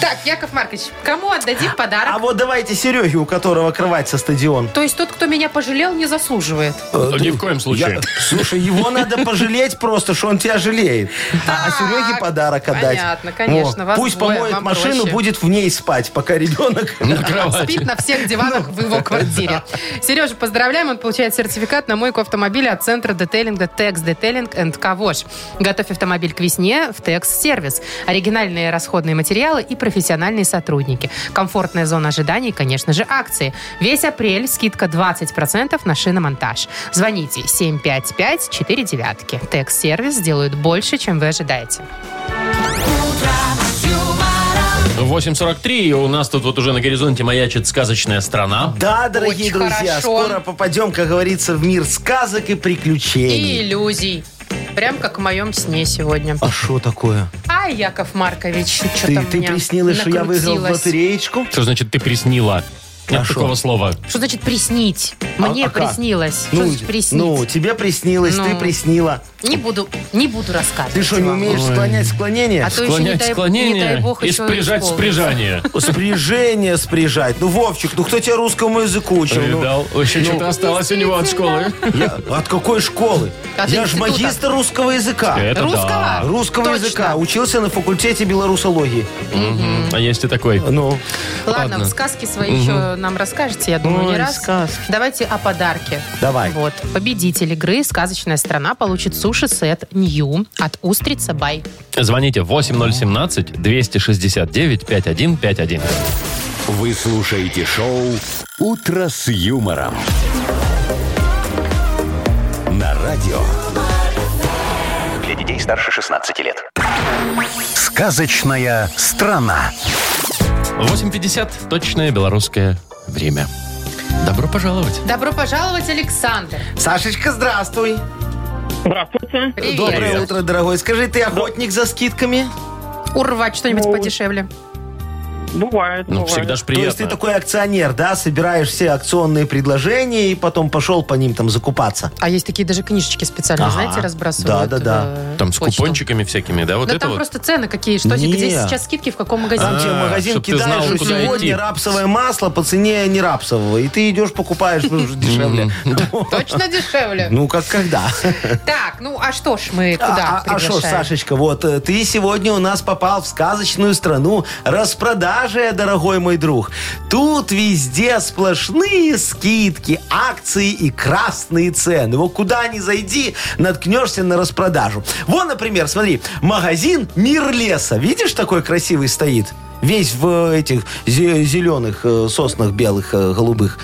Так, Яков Маркович, кому отдадим подарок?
А вот давайте Сереге, у которого кровать со стадион.
То есть тот, кто меня пожалел, не заслуживает.
Ну, Ни в коем случае.
Э, Я- слушай, его надо пожалеть просто, что он тебя жалеет. А, а Сереге подарок отдать.
понятно, конечно, вас
Пусть
двое,
помоет
вам
машину,
проще.
будет в ней спать, пока ребенок...
На кровати.
Спит на всех диванах в его квартире. Сережа, поздравляем, он получает сертификат на мойку автомобиля от центра детейлинга Текс Детейлинг энд Кавош. Готовь автомобиль к весне в Текс Сервис. Оригинальные расходные материалы и профессиональные сотрудники. Комфортная зона ожиданий и, конечно же, акции. Весь апрель скидка 20% на шиномонтаж. Звоните 755-49. Текс Сервис делают больше, чем вы ожидаете.
humor.
8.43, и у нас тут вот уже на горизонте маячит сказочная страна.
Да, дорогие
Очень
друзья,
хорошо.
скоро попадем, как говорится, в мир сказок и
И
приключений.
иллюзий. Прям как в моем сне сегодня.
А что такое?
Ай, А, Яков Маркович, что
Ты,
там
ты
меня
приснилась, что я выиграл в
накрутилось.
лотереечку?
Что значит ты приснила? Нет
Хорошо.
такого слова.
Что значит приснить?
А-
Мне
а как?
приснилось. что
Ну,
значит приснить?
ну, тебе приснилось, ты
Ну.
приснила.
не буду, не буду рассказывать.
Ты что, не
вам.
умеешь
Ой.
склонять склонение?
А то еще не
Склонять
дай, не
склонение
дай бог
и
еще
спряжать
исполнится.
спряжание.
Спряжение спряжать. Ну, Вовчик, ну кто тебя русскому языку учил? Ну,
Видал, еще что-то осталось у него от школы.
я- от какой школы?
От
я же
института.
магистр русского языка.
Это А.
Русского?
да.
Русского
Точно.
языка. Учился на факультете белорусологии.
Мгм. А есть и такой.
Ну,
Ладно,
Ладно.
сказки свои еще нам расскажете, я думаю, не
Ой,
раз.
сказки.
Давайте о подарке.
давай.
Вот. Победитель игры «Сказочная страна» получит суши-сет «Нью» от «Устрица Бай».
Звоните 8017-269-5151.
Вы слушаете шоу «Утро с юмором». На радио
Для детей старше 16 лет.
«Сказочная страна».
8.50, точное белорусское время. Добро пожаловать.
Добро пожаловать, Александр.
Сашечка, здравствуй.
Здравствуйте.
Привет.
Доброе утро, дорогой. Скажи, ты охотник за скидками?
Урвать что-нибудь подешевле.
Бывает,
Ну,
бывает.
всегда же
То есть ты
приятно.
такой акционер, да? Собираешь все акционные предложения и потом пошел по ним там закупаться.
А есть такие даже книжечки специальные,
Ага.
знаете, разбрасывают.
Да-да-да.
в
Там с
почту.
купончиками всякими, да, вот
да
это
там
вот?
просто цены какие, что
Не.
где сейчас скидки, в каком магазине.
Там тебе в магазин
А, чтоб ты
кидаешь,
знал,
что
куда
сегодня
идти.
рапсовое масло по цене не рапсового. И ты идешь, покупаешь уже дешевле.
Точно дешевле.
Ну, как когда.
Так, ну а что ж мы
А-
куда
А что ж,
приглашаем?
Сашечка, вот э, ты сегодня у нас попал в сказочную страну распродажи, дорогой мой друг. Тут везде сплошные скидки, акции и красные цены. Вот куда ни зайди, наткнешься на распродажу. Вон, например, смотри, магазин «Мир леса». Видишь, такой красивый стоит? Весь в э, этих зеленых соснах белых, э, голубых.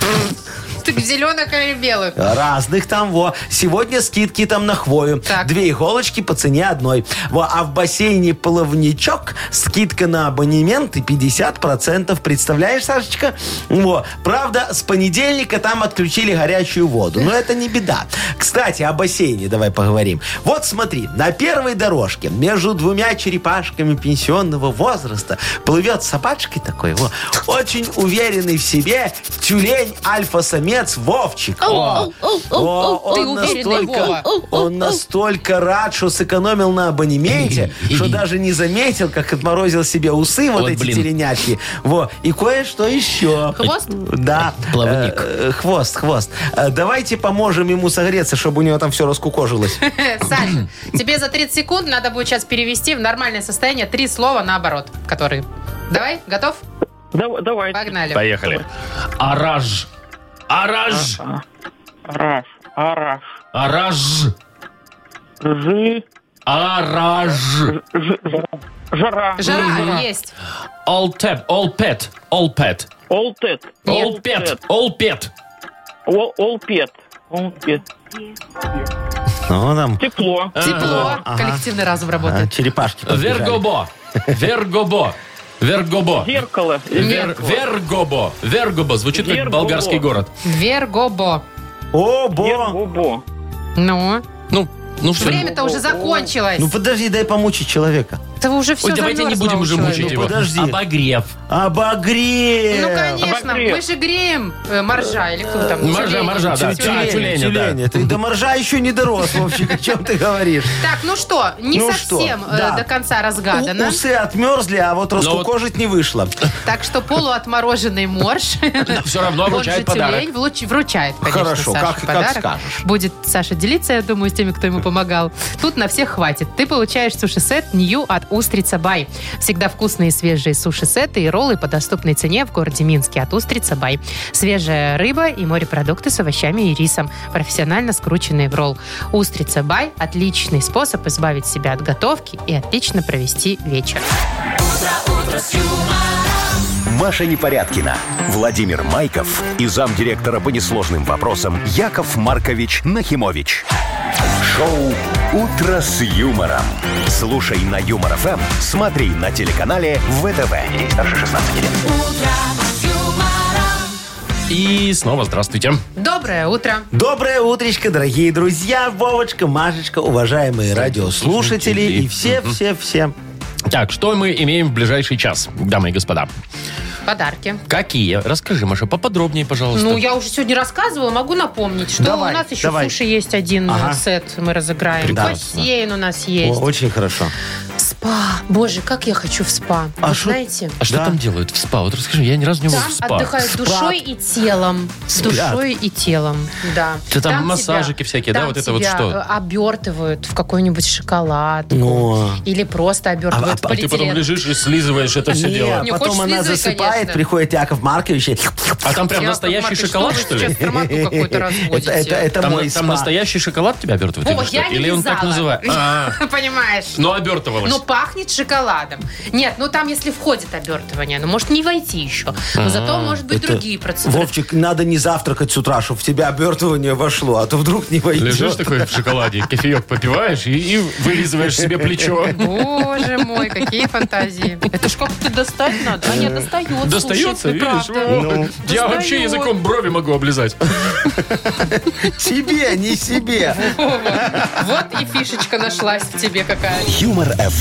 Ты в зеленых или белых?
Разных там, во. Сегодня скидки там на хвою.
Так.
Две иголочки по цене одной. Во. А в бассейне плавничок скидка на абонемент и 50%. Представляешь, Сашечка? Во. Правда, с понедельника там отключили горячую воду. Но это не беда. Кстати, о бассейне давай поговорим. Вот смотри, на первой дорожке между двумя черепашками пенсионного возраста плывет собачкой такой, во, очень уверенный в себе тюлень альфа-самец Вовчик. О, о,
Ты
он
уверенный,
настолько,
Вова.
он настолько рад, что сэкономил на абонементе, что даже не заметил, как отморозил себе усы вот
Вот
эти
блин.
теленячьи. Во. И кое-что еще.
Хвост?
Да.
Плавник.
Э, э, Хвост, хвост. Э, Давайте поможем ему согреться, чтобы у него там все раскукожилось.
Э, Саша, тебе за 30 секунд надо будет сейчас перевести в нормальное состояние три слова наоборот, которые... Давай, готов?
Да- давайте.
Погнали.
Поехали. Араж. Араж.
Араш, араш.
Араж.
Жи,
Араж.
ж- ж- жара.
Жара есть.
Олтеп. Олпет. Олпет.
Олтет.
Олпет. Олпет.
Ол- Олпет. Олпет.
Ну, там
Тепло.
Тепло.
Ага.
Коллективный разум
а,
работает.
черепашки подбежали.
Вергобо. Вергобо. Вергобо.
Зеркало.
Э,
Вер- Вергобо. Вергобо. Звучит как
Вергобо.
болгарский город.
Вергобо.
О, бо!
Зеркало.
Ну?
Ну, ну что?
Время-то уже закончилось.
Ну подожди, дай помучить человека.
Это уже ну, все
Ой, давайте не будем уже мучить его.
подожди.
Обогрев.
Обогрев!
Ну, конечно,
Обогрев.
мы же греем э, моржа или кто там.
Моржа,
тюлень.
моржа, да.
Тюлень.
А, тюлень.
Ну,
тюленя, да.
тюленя. Ты до моржа еще не дорос, Вовчик. О чем ты говоришь?
Так, ну что, не
Ну что,
совсем э,
да.
до конца
У-
разгадано.
Усы отмерзли, а вот раскукожить не вышло.
Так что полуотмороженный морж.
Все равно
он же
вручает подарок.
тюлень влуч- вручает, конечно,
Хорошо,
Саше
как- как
подарок.
скажешь.
Будет Саша делиться, я думаю, с теми, кто ему помогал. Тут на всех хватит. Ты получаешь суши-сет Нью от Устрица Бай. Всегда вкусные свежие суши-сеты и роллы по доступной цене в городе Минске от Устрица Бай. Свежая рыба и морепродукты с овощами и рисом, профессионально скрученные в ролл. Устрица Бай – отличный способ избавить себя от готовки и отлично провести вечер.
Маша Непорядкина, Владимир Майков и замдиректора по несложным вопросам Яков Маркович Нахимович. Шоу «Утро с юмором». Слушай на Юмор ФМ, смотри на телеканале ВТВ. Ей старше 16 лет.
И снова здравствуйте.
Доброе утро.
Доброе утречко, дорогие друзья, Вовочка, Машечка, уважаемые радиослушатели и все-все-все.
Так, что мы имеем в ближайший час, дамы и господа?
Подарки.
Какие? Расскажи, Маша, поподробнее, пожалуйста.
Ну, я уже сегодня рассказывала, могу напомнить, что
Давай,
у нас еще
давай.
суши есть один э,
Ага.
сет мы разыграем.
Прекрасно.
Бассейн у нас
О,
есть.
Очень хорошо.
Спа. Боже, как я хочу в спа.
А
Вы
шо-
знаете?
А что
Да.
там делают в спа? Вот расскажи, я ни разу не был
Там
в спа.
отдыхают
Спа.
душой и телом. С
Спят.
душой и телом, да.
Ты там
тебя-
массажики всякие, да,
там
вот это вот
тебя,
что?
э, обертывают в какой-нибудь шоколадку.
Ну,
О.
Или просто обертывают
А ты
в
потом
полиэтилен.
лежишь и слизываешь это все
Не,
дело.
Не
потом
хочешь
она
слизывать,
засыпает,
конечно. Ну,
приходит Яков Маркович и...
А там прям
Яков
настоящий
Маркович,
шоколад,
что
что
вы
ли?
сейчас тормату какую-то
Это,
разводите?
это, это
Там,
мой
там
спа.
настоящий шоколад тебя обертывает?
О,
или
я
что?
не
Или он так
вязала.
называет? А,
Понимаешь?
Ну, обертывалось.
Ну, пахнет шоколадом. Нет, ну там, если входит обертывание, ну, может, не войти еще. Но зато, может быть, другие процедуры.
А, Вовчик, надо не завтракать с утра, чтобы в тебя обертывание вошло, а то вдруг не войдет.
Лежишь такой в шоколаде, кофеек попиваешь и, и вылизываешь себе плечо.
Боже мой, какие фантазии. Это ж как-то достать надо. А нет, достается.
Достается,
слушай,
видишь?
правда.
во. Я
Ну.
Достает.
вообще языком брови могу облизать.
Себе, не себе.
Вот и фишечка нашлась в тебе какая.
Юмор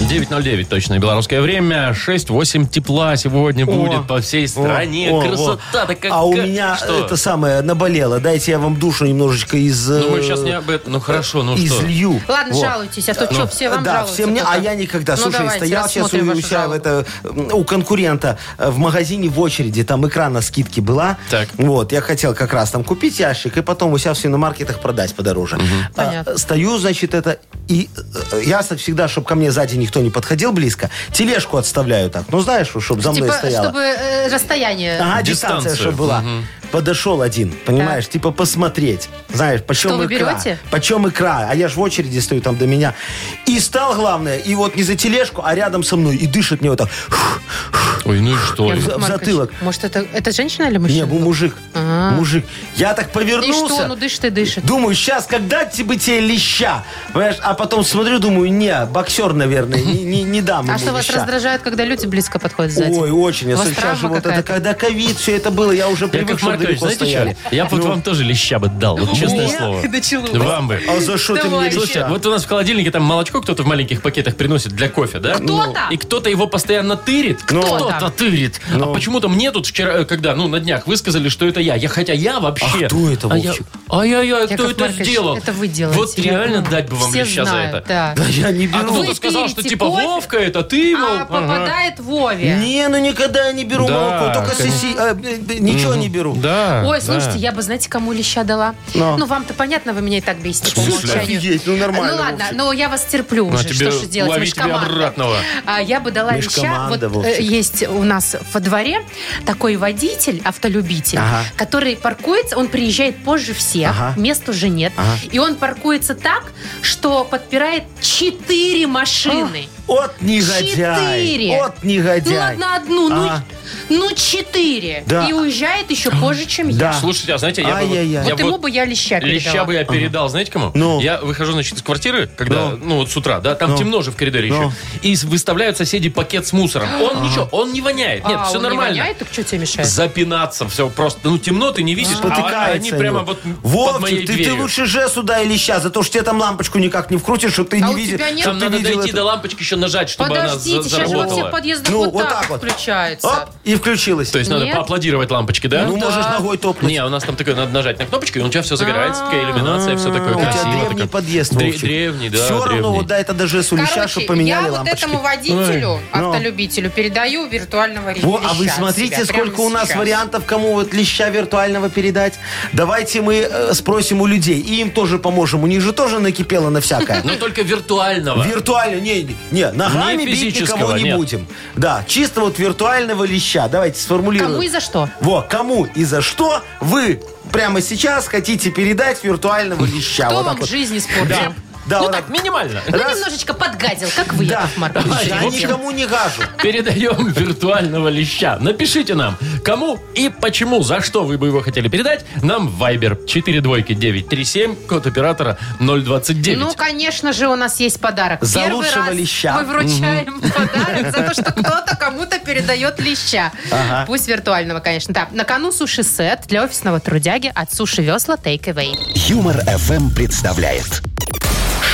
9.09 точное белорусское время. 6-8 тепла сегодня будет по всей стране.
О, о,
Красота
о.
такая.
А у меня
Что?
это самое наболело. Дайте я вам душу немножечко из...
Ну, мы сейчас не об этом. Ну, хорошо, ну что?
Излью.
Ладно,
Во. Ну.
жалуйтесь, а то что, все вам
да,
жалуются.
все мне,
только.
а я никогда.
Ну,
Слушай,
давайте,
стоял сейчас у,
рассмотрим
у
вашу
себя в
жалобу.
это, м, у конкурента э, в магазине в очереди, там икра на скидке была.
Так.
Вот, я хотел как раз там купить ящик и потом у себя в свиномаркетах продать подороже. А,
Понятно.
стою, значит, это, и э, я так всегда, чтобы ко мне сзади никто не подходил близко, тележку отставляю так, ну знаешь, чтобы за мной
Типа,
стояла. А,
чтобы э, расстояние...
Ага,
Дистанцию.
дистанция, чтобы была. Подошел один, понимаешь, типа посмотреть. Знаешь, почем
Что вы
икра.
берете?
Почем икра. А я же в очереди стою там до меня. И стал, главное, и вот не за тележку, а рядом со мной. И дышит мне вот так.
Ой, ну и что?
Яков
в- в
Маркович,
затылок.
Может, это, это женщина или
Не,
мужчина?
был мужик.
Ага.
Мужик. Я так
и
повернулся.
что? Ну, дышит и дышит.
Думаю, сейчас, когда тебе тебе леща? Понимаешь, а потом смотрю, думаю, не, боксер, наверное, не, не, не дам
А
ему
что вас
леща.
раздражает, когда люди близко подходят сзади?
Ой, очень.
У
Я
вас
сейчас же
травма
вот это,
какая-то?
когда ковид, все это было, я уже привык,
Яков
что
Маркович,
далеко
знаете
стояли.
что? Я бы вот вам тоже леща бы дал, вот честное
Мне
слово.
Ну. началось.
Вам бы.
А за что ты мне
Давай.
леща?
Слушайте, вот у нас в холодильнике там молочко кто-то в маленьких пакетах приносит для кофе, да? Ну,
Кто-то?
И кто-то его постоянно тырит.
Ну.
Кто-то тырит.
Ну.
А почему-то мне тут вчера, э, когда, ну, на днях высказали, что это я. я хотя я вообще...
А кто это,
А я-
Вовчик?
Ай-яй-яй,
Яков
кто это
Маркович,
сделал?
Это вы делаете.
Вот
я
реально
понимаю.
дать бы вам
Все
леща за
знают,
это.
Да. Ну.
Да я не
А
беру.
кто-то
Вы
сказал, что
тырите
типа
кофе,
Вовка, это ты, мол.
А
Ага.
попадает Вове.
Не, ну никогда я не беру
Да,
молоко, только
конечно.
соси, а, э, э, ничего не беру.
Да.
Ой,
да.
слушайте, я бы, знаете, кому леща дала?
Но.
Ну, вам-то понятно, вы меня и так бесите по
смысле?
умолчанию.
Офигеть, ну нормально,
Ну ладно,
Вовчик.
но я вас терплю
Ну, а
уже.
тебе
Что же делать? Мы
лови
ж
тебе
команда.
обратного.
А я бы дала
Мы ж
леща.
команда,
Вот э,
Вовчик.
есть у нас во дворе такой водитель, автолюбитель,
Ага.
который паркуется, он приезжает позже всех,
Ага.
мест уже нет.
Ага.
И он паркуется так, что подпирает четыре машины.
От негодяй.
ну Четыре.
От негодяй.
Ну ладно, одну, ну,
А.
ну четыре.
Да.
И уезжает еще позже, чем я.
Да.
Слушайте, а знаете, я бы... вот-
Ай-яй-яй.
я
Вот
бы-
ему бы я леща передала.
Леща бы я передал, знаете кому?
Ну.
Я выхожу, значит, из квартиры, когда, ну,
Ну.
вот с утра, да, там
Ну.
темно же в коридоре еще,
Ну. А.
и с- выставляют соседи пакет с мусором. Он ничего, он не воняет, нет,
А,
все
он
нормально.
Не воняет, так что тебе мешает?
Запинаться, все просто, ну темно, ты не видишь, а
Спотыкается
они
его.
прямо вот под
Вовчик,
моей
ты, ты
дверью.
лучше же сюда или сейчас, за то, что тебе там лампочку никак не вкрутишь, чтобы ты
А
не
у
видел.
тебя нет?
Там
чтоб ты
надо
видел
дойти
это.
до лампочки еще нажать, чтобы она за-
Подождите, сейчас же во всех
заработала.
подъездах
Ну,
вот,
вот
так
так вот.
включается.
Оп, и включилась.
То есть надо
Нет.
поаплодировать лампочке, да?
ну, можешь ногой топнуть.
Не, а у нас там такое, надо нажать на кнопочку, и у тебя все загорается, такая иллюминация, все такое
А. У тебя
красиво.
древний
такое.
подъезд,
Дре-
Вовчик.
Древний, да,
Все равно
древний.
вот да, это даже с улеща,
Короче,
чтобы поменяли
я
лампочки.
вот этому водителю,
Ой, ну.
автолюбителю, передаю виртуального
Во,
ребенка.
а вы смотрите, сколько у нас вариантов, кому вот леща виртуального передать. Давайте мы э, спросим у людей, и им тоже поможем. У них же тоже накипело на всякое. Ну,
Но только виртуального.
Виртуально, не, не, не, ногами
Ну, Не
бить никого
физического,
не
нет.
будем. Да, чисто вот виртуального леща. Давайте сформулируем.
Кому и за что?
Во, кому и за что вы прямо сейчас хотите передать виртуального леща?
Кто
Хм.
А Вот так
вам
вот.
жизнь испортил?
Да. Да,
Ну
вот
так, минимально.
Ну,
Раз.
немножечко подгадил, как вы,
Да.
Яков Маркович.
Давай,
Я
в общем.
никому не гажу.
Передаем виртуального леща. Напишите нам, кому и почему, за что вы бы его хотели передать, нам в Viber 42937, код оператора 029.
Ну, конечно же, у нас есть подарок.
За
Первый
лучшего
раз
леща.
Мы вручаем подарок за то, что кто-то кому-то передает леща. Пусть виртуального, конечно. Да. На кону суши-сет для офисного трудяги от суши весла Take Away.
Юмор FM представляет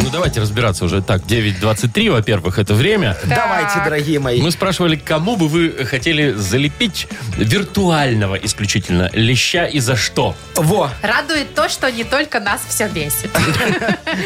Ну, давайте разбираться уже. Так, 9.23, во-первых, это время.
Давайте, дорогие мои.
Мы спрашивали, кому бы вы хотели залепить виртуального исключительно леща и за что?
Во.
Радует то, что не только нас все бесит.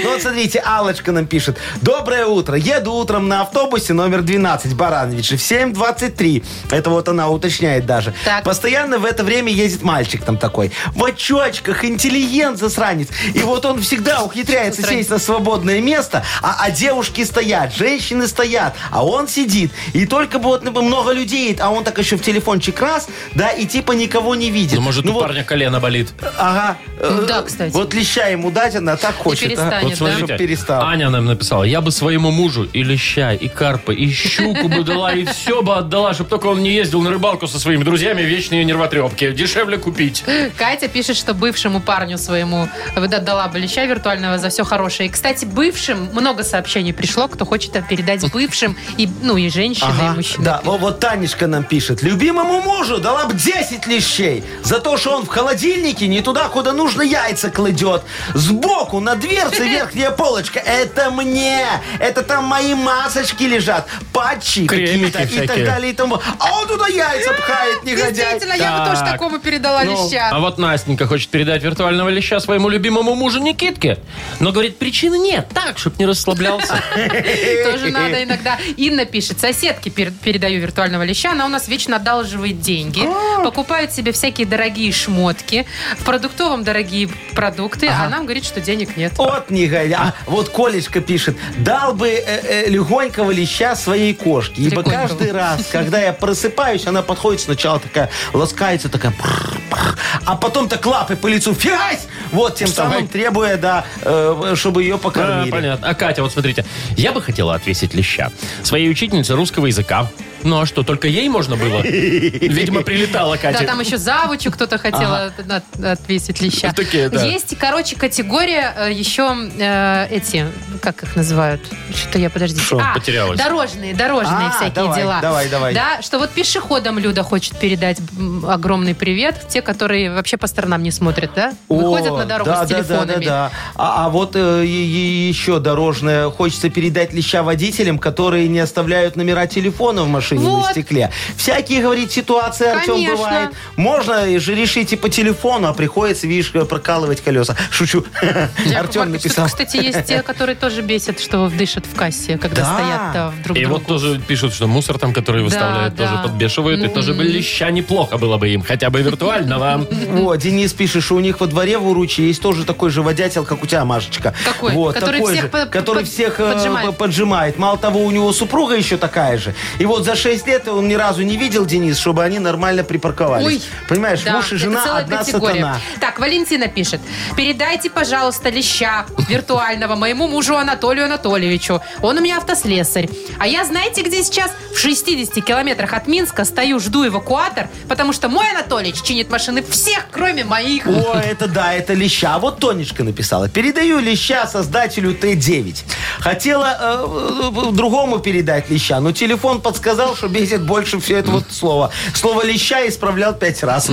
Ну вот смотрите, Алочка нам пишет. Доброе утро. Еду утром на автобусе номер 12 Барановичи в 7.23. Это вот она уточняет даже.
Так.
Постоянно в это время ездит мальчик там такой. В очочках, интеллигент засранец. И вот он всегда ухитряется
Засранец.
сесть на свободное место, а, а девушки стоят, женщины стоят, а он сидит. И только бы вот ну, много людей, а он так еще в телефончик раз, да, и типа никого не видит.
Ну, может, у
вот,
парня колено болит.
Ага.
Ну
Э,
да, кстати.
Вот леща ему дать, она так хочет. а.
перестанет,
Вот
да?
Чтоб
смотрите,
перестал.
Аня нам написала, я бы своему мужу и леща, и карпа, и щуку бы дала, и все бы отдала, чтобы только он не ездил на рыбалку со своими друзьями, вечные нервотрепки. Дешевле купить.
Катя пишет, что бывшему парню своему отдала бы леща виртуального за все хорошее. И, кстати, бывшим много сообщений пришло, кто хочет передать бывшим, и, ну, и женщинам,
Ага,
и мужчинам.
да, вот, вот Танечка нам пишет. Любимому мужу дала бы 10 лещей за то, что он в холодильнике не туда, куда нужно яйца кладет. Сбоку на дверце верхняя полочка. Это мне. Это там мои масочки лежат. Патчи
Кремики
какие-то и так
всякие.
далее и тому. А он туда яйца пхает, негодяй.
Действительно, я бы
Так.
тоже такому передала
Ну,
леща.
А вот Настенька хочет передать виртуального леща своему любимому мужу Никитке. Но говорит, причины нет. Так, чтобы не расслаблялся.
Тоже надо иногда. Инна пишет, соседке пер- передаю виртуального леща, она у нас вечно одалживает деньги,
А.
покупает себе всякие дорогие шмотки, в продуктовом дорогие продукты, а нам говорит, что денег нет.
Вот негодяй. А Вот Колечка пишет. Дал бы э, э, легонького леща своей кошке. Ибо
Легонького.
каждый раз, когда я просыпаюсь, она подходит сначала такая, ласкается такая, «Бррр, бррр», а потом так лапы по лицу, фигась! Вот, тем
Вставай.
самым требуя, да, э, чтобы ее
А,
покормили.
понятно. А Катя, вот смотрите, я бы хотела отвесить леща своей учительнице русского языка. Ну а что, только ей можно было? Видимо, прилетала
Да,
Катя.
там еще завучу кто-то хотел от- от- отвесить леща.
Такие, да.
Есть, короче, категория э, еще э, эти, как их называют? Что-то я, подождите. А,
Что, потерялась?
Дорожные, дорожные
А,
всякие
давай,
дела.
давай, давай.
Да, что вот пешеходам Люда хочет передать м, огромный привет. Те, которые вообще по сторонам не смотрят, да?
О,
Выходят на дорогу
да,
с
да, да,
телефонами.
да, да. А, а вот э, и- и еще дорожное. Хочется передать леща водителям, которые не оставляют номера телефона в машине
Вот.
на стекле. Всякие, говорит, ситуации, Артем,
Конечно.
бывает. Можно и же решить и по телефону, а приходится, видишь, прокалывать колеса. Шучу.
Яков
Артем
Маркович,
написал.
тут, кстати, есть те, которые тоже бесят, что дышат в кассе, когда
Да.
стоят да, друг
И
другу.
вот тоже пишут, что мусор там, который выставляют,
да. Ну
тоже подбешивают. И тоже бы леща неплохо было бы им, хотя бы виртуального.
Вот, Денис пишет, что у них во дворе в Уручи есть тоже такой же водятел, как у тебя, Машечка.
Какой?
Вот,
Который
такой
всех
же,
по-
который
по-
всех э,
поджимает.
по- поджимает. Мало того, у него супруга еще такая же. И вот за 6 лет он ни разу не видел, Денис, чтобы они нормально припарковались.
Ой,
Понимаешь,
да,
муж и
это
жена
целая
одна
категория.
сатана.
Так, Валентина пишет. Передайте, пожалуйста, леща виртуального моему мужу Анатолию Анатольевичу. Он у меня автослесарь. А я знаете, где сейчас? В 60 километрах от Минска стою, жду эвакуатор, потому что мой Анатолич чинит машины всех, кроме моих.
О, это да, это леща. А Вот Тонечка написала. Передаю леща создателю Т9. Хотела э, э, другому передать леща, но телефон подсказал, что бесит больше все это вот слово. Слово леща исправлял пять раз.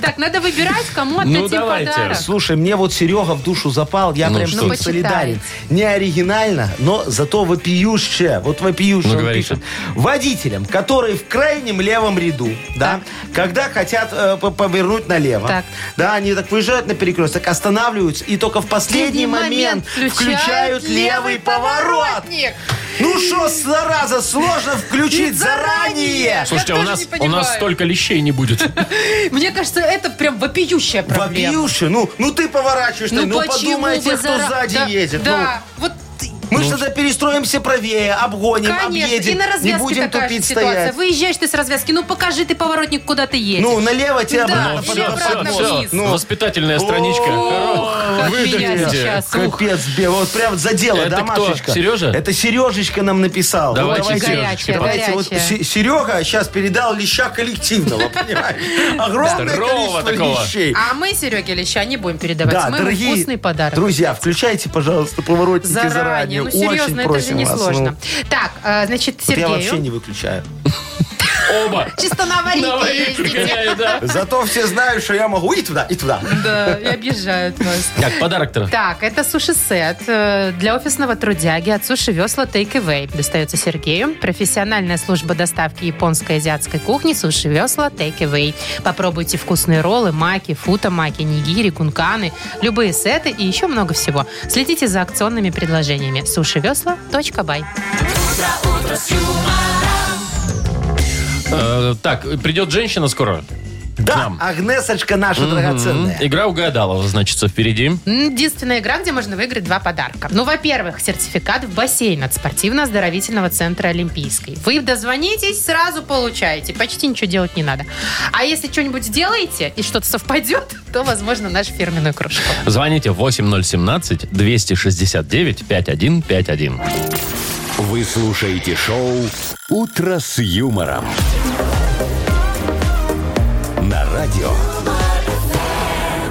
Так, надо выбирать, кому
Ну,
отдадим
давайте.
подарок.
Слушай, мне вот Серега в душу запал, я
Ну,
прям
что
с
ты?
ним
Ну, почитай.
солидарен. Не оригинально, но зато вопиюще. Вот вопиюще
Ну,
он
говори,
пишет. Водителям, которые в крайнем левом ряду, да, когда хотят э, по- повернуть налево,
Так.
да, они так выезжают на перекресток, останавливаются и только в последний
Последний
момент
момент
включают левый поворот.
поворотник.
Ну что, зараза, сложно включить заранее.
Слушайте, а у
тоже
нас,
не
у нас
понимаю.
столько лещей не будет.
Мне кажется, это прям вопиющая проблема.
Вопиюще, ну, ну ты поворачиваешься, ну,
почему
подумай о
вы
тех, кто
зара-
сзади
Да,
едет. ну.
Да, вот ты-
Мы же тогда перестроимся правее, обгоним,
Конечно,
объедем.
и на
не
развязке
будем
такая же
тупить
ситуация.
стоять.
Выезжаешь ты с развязки, ну покажи ты поворотник, куда ты едешь.
Ну, налево тебе
Да,
обратно
или
потом
все, все,
обратно
все.
вниз.
Ну.
Воспитательная страничка.
как меня
Выдохните.
сейчас. Ух.
Капец, бе, вот прям задело,
Это
да,
кто,
Машечка?
Сережа?
Это Сережечка нам написал.
Давайте,
Ну, давайте,
Сережечка,
горячая,
давайте. Вот
горячая.
Се- Серега сейчас передал леща коллективного, понимаешь? Огромное
Здорового
количество
такого.
лещей.
А мы Сереге Леща не будем передавать.
Да,
мы ему
дорогие
вкусный подарок.
друзья, включайте, пожалуйста, поворотники заранее.
заранее. Ну, серьезно,
Очень
это же
просим
не
вас, ну.
сложно. Так, а, значит,
Вот Я
Сергею.
вообще не выключаю.
Оба.
Чисто на
На
аварийке
варить
ездите.
гоняю, да.
Зато все знают, что я могу и туда, и туда.
Да, и объезжают вас.
Так, подарок-то.
Так, это суши-сет э, для офисного трудяги от суши весла Take Away. Достается Сергею. Профессиональная служба доставки японской и азиатской кухни суши весла Take Away. Попробуйте вкусные роллы, маки, фута-маки, нигири, кунканы, любые сеты и еще много всего. Следите за акционными предложениями. сушивесла.бай
Э, Так, придет женщина скоро.
Да,
Нам.
Агнесочка наша драгоценная.
Игра угадала, значится, впереди.
М, Единственная игра, где можно выиграть два подарка. Ну, во-первых, сертификат в бассейн от спортивно-оздоровительного центра Олимпийской. Вы дозвонитесь, сразу получаете. Почти ничего делать не надо. А если что-нибудь сделаете и что-то совпадет, то, возможно, нашу фирменную кружку.
Звоните 8017-269-5151.
Вы слушаете шоу «Утро с юмором». На радио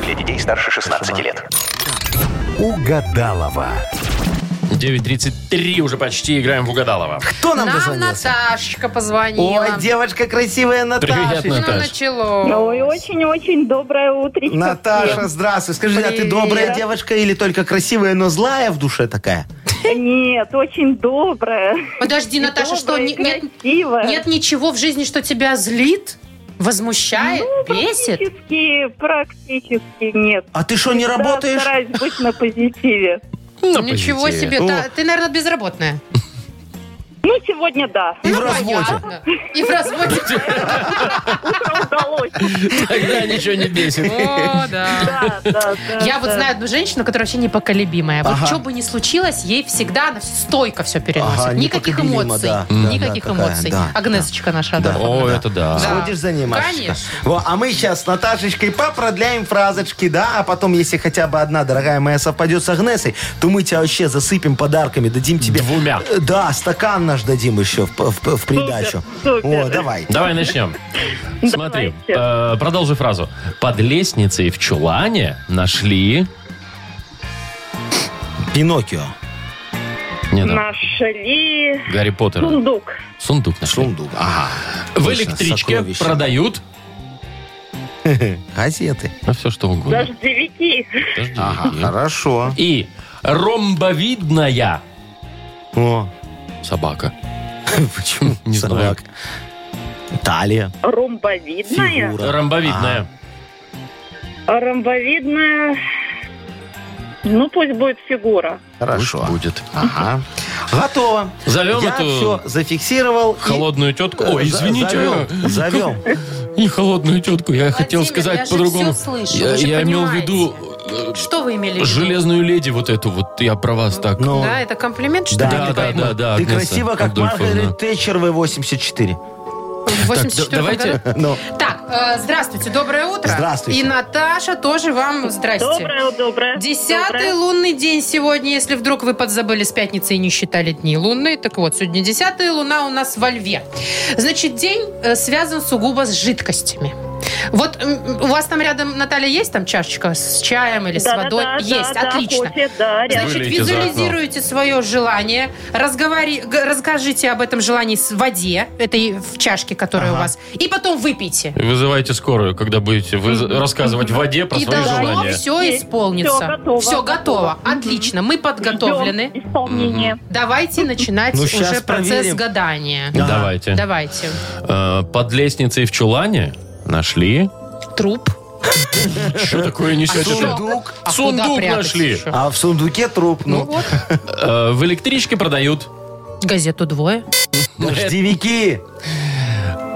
Для детей старше 16 лет.
«Угадалова».
9.33 уже почти играем в угадалово.
Кто нам,
Нам
дозвонился?
Наташечка позвонила.
Ой, девочка красивая
Привет,
Наташа.
Ну,
Наташ.
начало.
Ой, очень-очень доброе утречко.
Наташа, здравствуй. Скажи, а ты
Привет.
добрая девочка или только красивая, но злая в душе такая?
всем. Нет, очень доброе.
Подожди,
И
Наташа, что
доброе,
не-
и
нет,
красивое.
нет ничего в жизни, что тебя злит, возмущает,
Ну,
бесит?
Практически, практически нет.
А ты
Ну,
что, не
Да,
работаешь?
стараюсь быть на позитиве.
На
Ничего
позитиве.
себе.
О.
Та- Ты, наверное, безработная.
Ну, сегодня да.
И в
Ну,
разводе.
понятно. И в разводе.
Утром удалось.
Тогда ничего не бесит.
О, да.
Да, да, да.
Я вот
да.
знаю одну женщину, которая вообще непоколебимая. Вот
Ага.
что бы ни случилось, ей всегда она стойко все переносит.
Ага,
Никаких
непоколебима,
эмоций.
да, да,
Никаких
да, такая,
эмоций.
да,
Агнесочка наша.
Да.
Адольфовна.
О, это да.
Да.
А. Сходишь за ней, Машечка?
Конечно.
Во, а мы сейчас с Наташечкой попродляем фразочки, да? А потом, если хотя бы одна, дорогая моя, совпадет с Агнесой, то мы тебя вообще засыпем подарками, дадим тебе...
Двумя.
Э, Да, стакан наш дадим еще в, в- в придачу.
супер.
О, давай.
Давай начнем. Смотри, э, продолжи фразу. Под лестницей в чулане нашли...
Пиноккио.
Не, да,
Нашли
Гарри Поттера.
сундук.
Сундук нашли.
Шундук. Ага.
В
Точно,
электричке
сокровище.
продают...
Газеты.
На все что угодно.
Дождевики.
Подожди.
Хорошо.
И ромбовидная
О,
собака.
почему?
Не знаю.
Собака. Талия.
Ромбовидная.
Фигура.
Ромбовидная.
Ромбовидная. Ну, пусть будет фигура.
Хорошо.
Пусть будет.
Ага. Готово.
Зовем
Я
эту
все зафиксировал. и-
Холодную тетку.
Э,
Ой,
за-
извините. э,
Завел. завел.
Не холодную тетку. Я хотел
Владимир, я
сказать
же
по-другому.
всё слышу,
Я
вы же
я имел в
понимаете.
виду э,
Что вы имели в виду?
железную леди вот эту. Вот я про вас так.
Ну,
Да, это комплимент, что
да,
ли? Типа,
да,
ты
да,
поймал.
да, да,
Ты
Агнеса
красиво, как
Адольфовна.
Маргарет Тэтчер В-84.
В
Так,
84
давайте-
году.
Ну,
Так, э, здравствуйте, доброе утро.
Здравствуйте.
И Наташа тоже вам здрасте.
Доброе, доброе.
Десятый
Доброе.
лунный день сегодня, если вдруг вы подзабыли с пятницы и не считали дни лунные. Так вот, сегодня десятая луна у нас во льве. Значит, день э, связан сугубо с жидкостями. Вот м, у вас там рядом, Наталья, есть там чашечка с чаем или с
Да-да-да,
водой? есть,
да, да,
отлично.
кофе, да, рядом.
Значит,
Вылейте за окно.
визуализируйте свое желание, разговари, г- расскажите об этом желании с воде, этой в чашке, которая у вас, и потом выпейте.
Вызывайте скорую, когда будете выз- рассказывать в воде про
И
свои
должно
желания.
все
Есть.
исполниться.
Всё готово,
Всё готово.
готово. Мгм.
Отлично, мы подготовлены.
Ждем Исполнение.
Давайте начинать
Ну, щас
уже процесс
проверим.
гадания.
Да.
Давайте.
Давайте.
Э, Под лестницей в чулане нашли.
Труп.
Что такое несете?
сундук.
А
Сундук
куда прятать
нашли.
еще?
А в сундуке труп.
Ну
Ну,
вот,
Э, В электричке продают
газету двое.
Ну,
дождевики.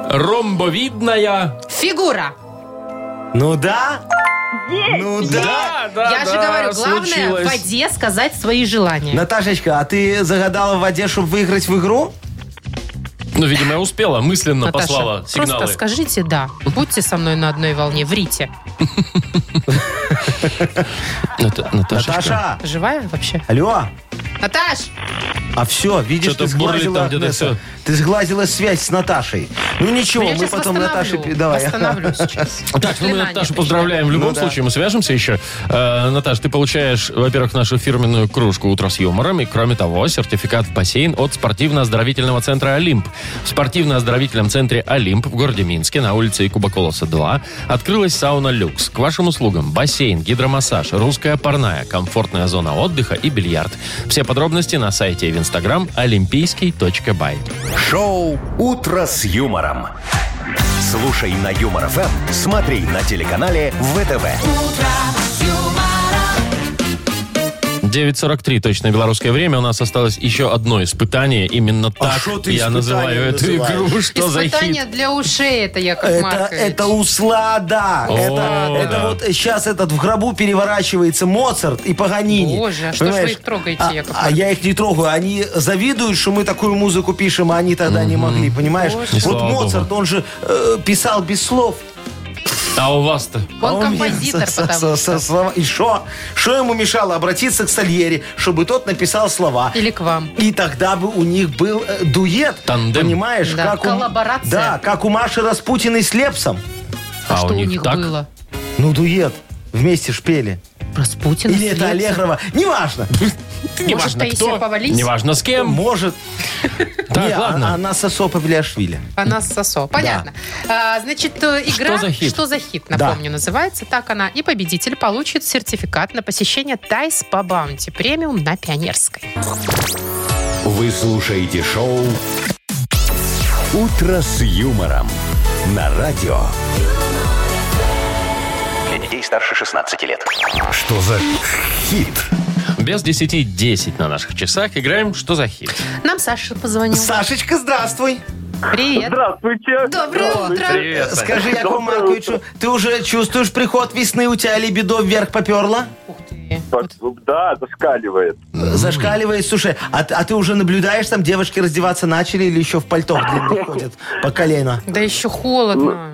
ромбовидная
Фигура.
Ну да. Ну да.
Да, да,
Я же
да,
говорю, главное
случилось.
в воде сказать свои желания.
Наташечка, а ты загадала в воде, чтобы выиграть в игру?
Ну, видимо, я успела, мысленно
Наташа,
послала сигналы.
Просто скажите «да». Будьте со мной на одной волне, врите.
Ната- Наташечка.
Наташа!
Живая вообще?
Алло!
Наташ! ну,
А все, видишь,
Что-то
ты
бурлит
сглазила,
там где-то
это,
всё.
ты сглазила связь с Наташей. Ну ничего,
ну, я
мы
сейчас
потом Наташе...
восстановлю.
пи- Давай.
Восстановлю сейчас.
Так, ну мы
Заклинание
Наташу
прочитаю.
поздравляем в любом
Ну да.
случае, мы свяжемся еще. Э, Наташ, ты получаешь, во-первых, нашу фирменную кружку «Утро с юмором» и, кроме того, сертификат в бассейн от спортивно-оздоровительного центра «Олимп». В спортивно-оздоровительном центре «Олимп» в городе Минске на улице Куба Колоса 2 открылась сауна «Люкс». К вашим услугам бассейн, гидромассаж, русская парная, комфортная зона отдыха и бильярд. Все подробности на сайте и в инстаграм олимпийский.бай.
Шоу «Утро с юмором». Слушай на Юмор ФМ, смотри на телеканале ВТВ.
9.43, точное белорусское время. У нас осталось еще одно испытание. Именно так
А шо ты
я
испытание
называю эту
называешь?
игру. Что за
Испытание
хит?
для ушей это, Яков
Это,
Маркович.
это услада.
О,
это, это
да.
вот сейчас этот в гробу переворачивается Моцарт и Паганини.
Боже, а что ж вы
Понимаешь?
их трогаете,
а,
Яков
а
Маркович?
я их не трогаю. Они завидуют, что мы такую музыку пишем, а они тогда не могли, понимаешь?
И
Вот
слава
Моцарт, он же э, писал без слов.
А у вас-то?
а
Он
у меня
композитор,
со- со-
потому
со- со-
что.
слова- И что? Что ему мешало обратиться к Сальери, чтобы тот написал слова?
Или к вам.
И тогда бы у них был э, дуэт.
Тандем.
Понимаешь?
Да,
Как у-
коллаборация.
да, как у Маши Распутиной с Лепсом.
А,
А
что
у них так?
было?
Ну, дуэт. Вместе шпели.
Распутин.
Или это Аллегрова. Неважно.
Может,
Неважно
Таисия
кто,
Повалис?
неважно с кем.
Может.
Так,
Не, а-
ладно.
Она сосо Павлиашвили.
Она с сосо. Понятно. А, значит, э, игра
Что за хит?
«Что за хит», напомню, называется. Так она. И победитель получит сертификат на посещение Тайс по Баунти премиум на Пионерской.
Вы слушаете шоу «Утро с юмором» на радио.
Для детей старше 16 лет.
Что за хит?
Без 10-10 на наших часах играем «Что за хит?».
Нам Саша позвонил.
Сашечка, здравствуй.
Привет.
Здравствуйте.
Доброе утро.
Привет, Сань.
Скажи, Якову Марковичу, ты уже чувствуешь приход весны, у тебя либидо вверх поперла?
Ух ты.
Да, зашкаливает.
Зашкаливает, слушай, а, т- а ты уже наблюдаешь, там девушки раздеваться начали или еще в пальто длинных ходят по колено?
Да еще холодно.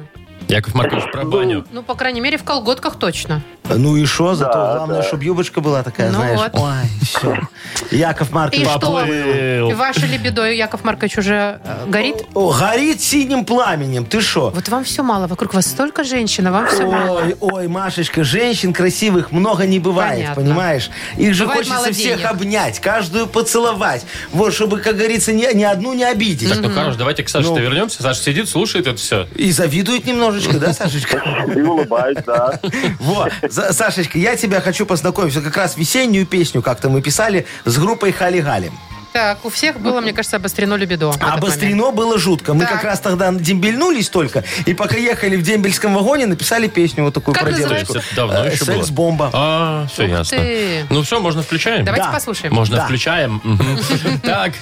Яков Маркович, про баню.
Ну, по крайней мере, в колготках точно.
Ну и шо, зато главное, чтобы юбочка была такая,
Ну
знаешь.
вот.
Ой, все. Яков
И
Маркович.
Поплыл.
что? И Ваше либидо, Яков Маркович, уже э, горит?
О, горит синим пламенем, ты шо?
Вот вам все мало. Вокруг вас столько женщин, а вам все мало.
Ой, ой, Машечка, женщин красивых много не бывает,
Понятно.
понимаешь? Их же
Бывает мало
хочется всех
денег.
обнять, каждую поцеловать. Вот, чтобы, как говорится, ни, ни одну не обидеть.
Так, ну хорош, давайте к Саше-то
Ну.
вернемся. Саша сидит, слушает это все.
И завидует немножечко, да, Сашечка?
И улыбаюсь, да.
Вот, За- Сашечка, я тебя хочу познакомить. Вот Как раз весеннюю песню как-то мы писали с группой Хали-Гали.
Так, у всех было, мне кажется, обострено либидо. в этот момент.
Обострено было жутко. Мы
Так.
как раз тогда дембельнулись только, и пока ехали в дембельском вагоне, написали песню вот такую
Как
про
называется?
девочку.
Это давно
Э,
еще было.
Секс-бомба.
А, все
Ух
ясно.
ты.
Ну все, можно включаем?
Давайте
Да.
послушаем.
Можно
Да.
включаем. Мгм. Так,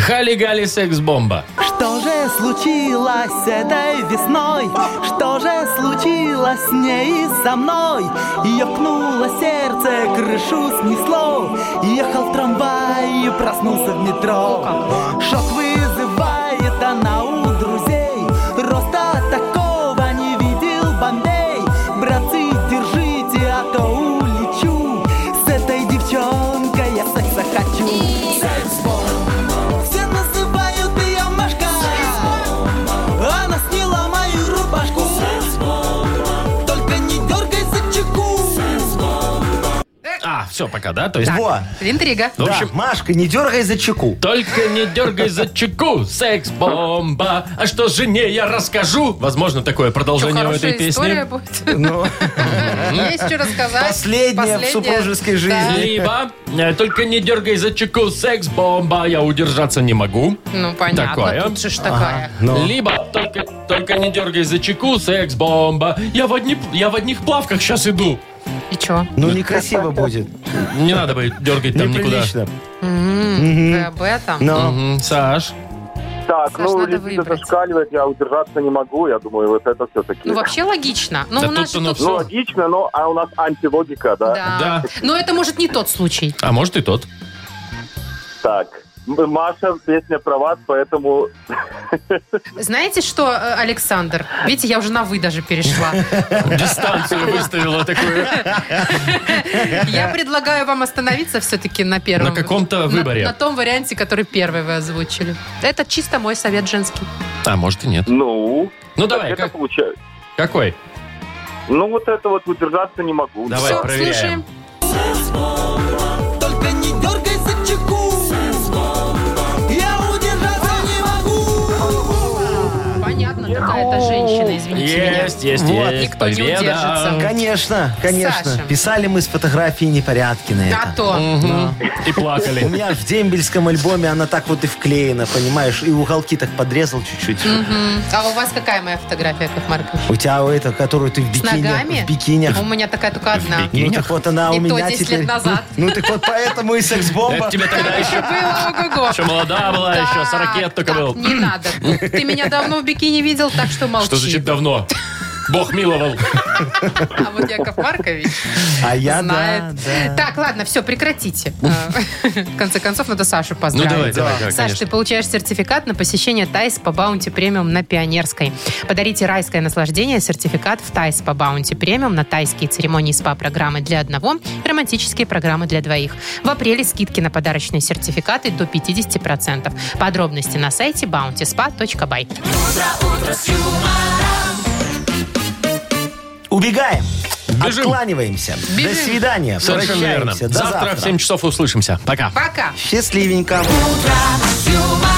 хали-гали секс-бомба.
Что же случилось этой весной? Что же случилось с ней и со мной? Ее пнуло сердце, крышу снесло. Ехал в трамвае, проснулся в метро. Шок вызывает она у друзей. Роста такого не видел Бомбей. Братцы, держите, а то улечу. С этой девчонкой я секса хочу. Все называют ее Машка А Она сняла мою рубашку Только не дергай за чеку
А, все, пока, да? То есть...
Во.
Интрига.
В
Да,
общем-
Машка, не дергай за чеку.
Только не дергай за чеку, секс-бомба. А что жене я расскажу? Возможно, такое
Что,
продолжение у
хорошая
этой
история
песни.
будет?
Ну,
Есть что рассказать.
Последняя в супружеской жизни.
Да.
Либо э, только не дергай за чеку, секс-бомба, я удержаться не могу.
Ну, понятно.
Такое.
Тут же ж такая.
ну.
Либо только, только не дергай за чеку, секс-бомба, я в, одни, я в одних плавках сейчас иду.
И что?
Ну, некрасиво будет.
Не надо бы дергать там никуда.
Неприлично.
Вы об М-м. этом?
Но
Мгм, Саш,
Так,
Саш,
ну,
надо
лисица
выбрать.
зашкаливает, я удержаться не могу, я думаю, вот это все-таки...
Ну, вообще логично. Но
Да
у нас
тут-то
же
ну
тут-
Ну, логично, но а у нас антилогика, да?
Да.
Да.
Но это может не тот случай.
А может и тот.
Так, М- Маша, песня про вас, поэтому...
Знаете что, э, Александр? Видите, я уже на «вы» даже перешла.
Дистанцию выставила такую.
Я предлагаю вам остановиться все-таки на первом.
Э, На каком-то выборе.
На, на том варианте, который первый вы озвучили. Это чисто мой совет женский.
А может и нет.
Ну,
Ну
так
давай,
это
как-
получается.
какой?
Ну, вот это вот удержаться не могу.
Давай
Все,
проверяем.
слушаем.
Только не дергай за чеку. Я удержаться не могу.
Понятно, какая-то женщина, извините меня.
Есть, есть,
Вот.
есть.
Никто не
Победа.
удержится.
Конечно, конечно.
Саша.
Писали мы с фотографией непорядки на
Да
это.
то.
Мгм. И
У
плакали.
меня аж в дембельском альбоме она так вот и вклеена, понимаешь? И уголки так подрезал чуть-чуть.
Мгм. А у вас какая моя фотография, как Маркович?
У тебя это, которую ты в
С
бикини,
ногами?
в бикинях.
У меня такая только одна.
Ну так вот она
И
у
то
меня
10 лет
теперь.
назад.
Ну, ну, так вот поэтому и секс-бомба.
Это тебе тогда
Это
еще...
было ого-го.
Еще молода была, еще
Так,
40 лет только
так,
был.
Не надо. Ты меня давно в бикини видел, так что молчи.
Что значит давно? Бог миловал.
А вот Яков Маркович
А я, да,
знает.
да.
Так, ладно, все, прекратите. Э, В конце концов, надо Сашу
Ну
поздравить.
давай, давай, да,
Саш,
конечно.
ты получаешь сертификат на посещение Тайс по Баунти Премиум на Пионерской. Подарите райское наслаждение, сертификат в Тайс по Баунти Премиум на тайские церемонии СПА-программы для одного и романтические программы для двоих. В апреле скидки на подарочные сертификаты до 50%. Подробности на сайте bountyspa.by.
Убегаем.
Бежим.
Откланиваемся.
Бежим.
До свидания.
Совершенно верно.
Прощаемся. До
Завтра в 7 часов услышимся. Пока.
Пока!
Счастливенько.
С юмором.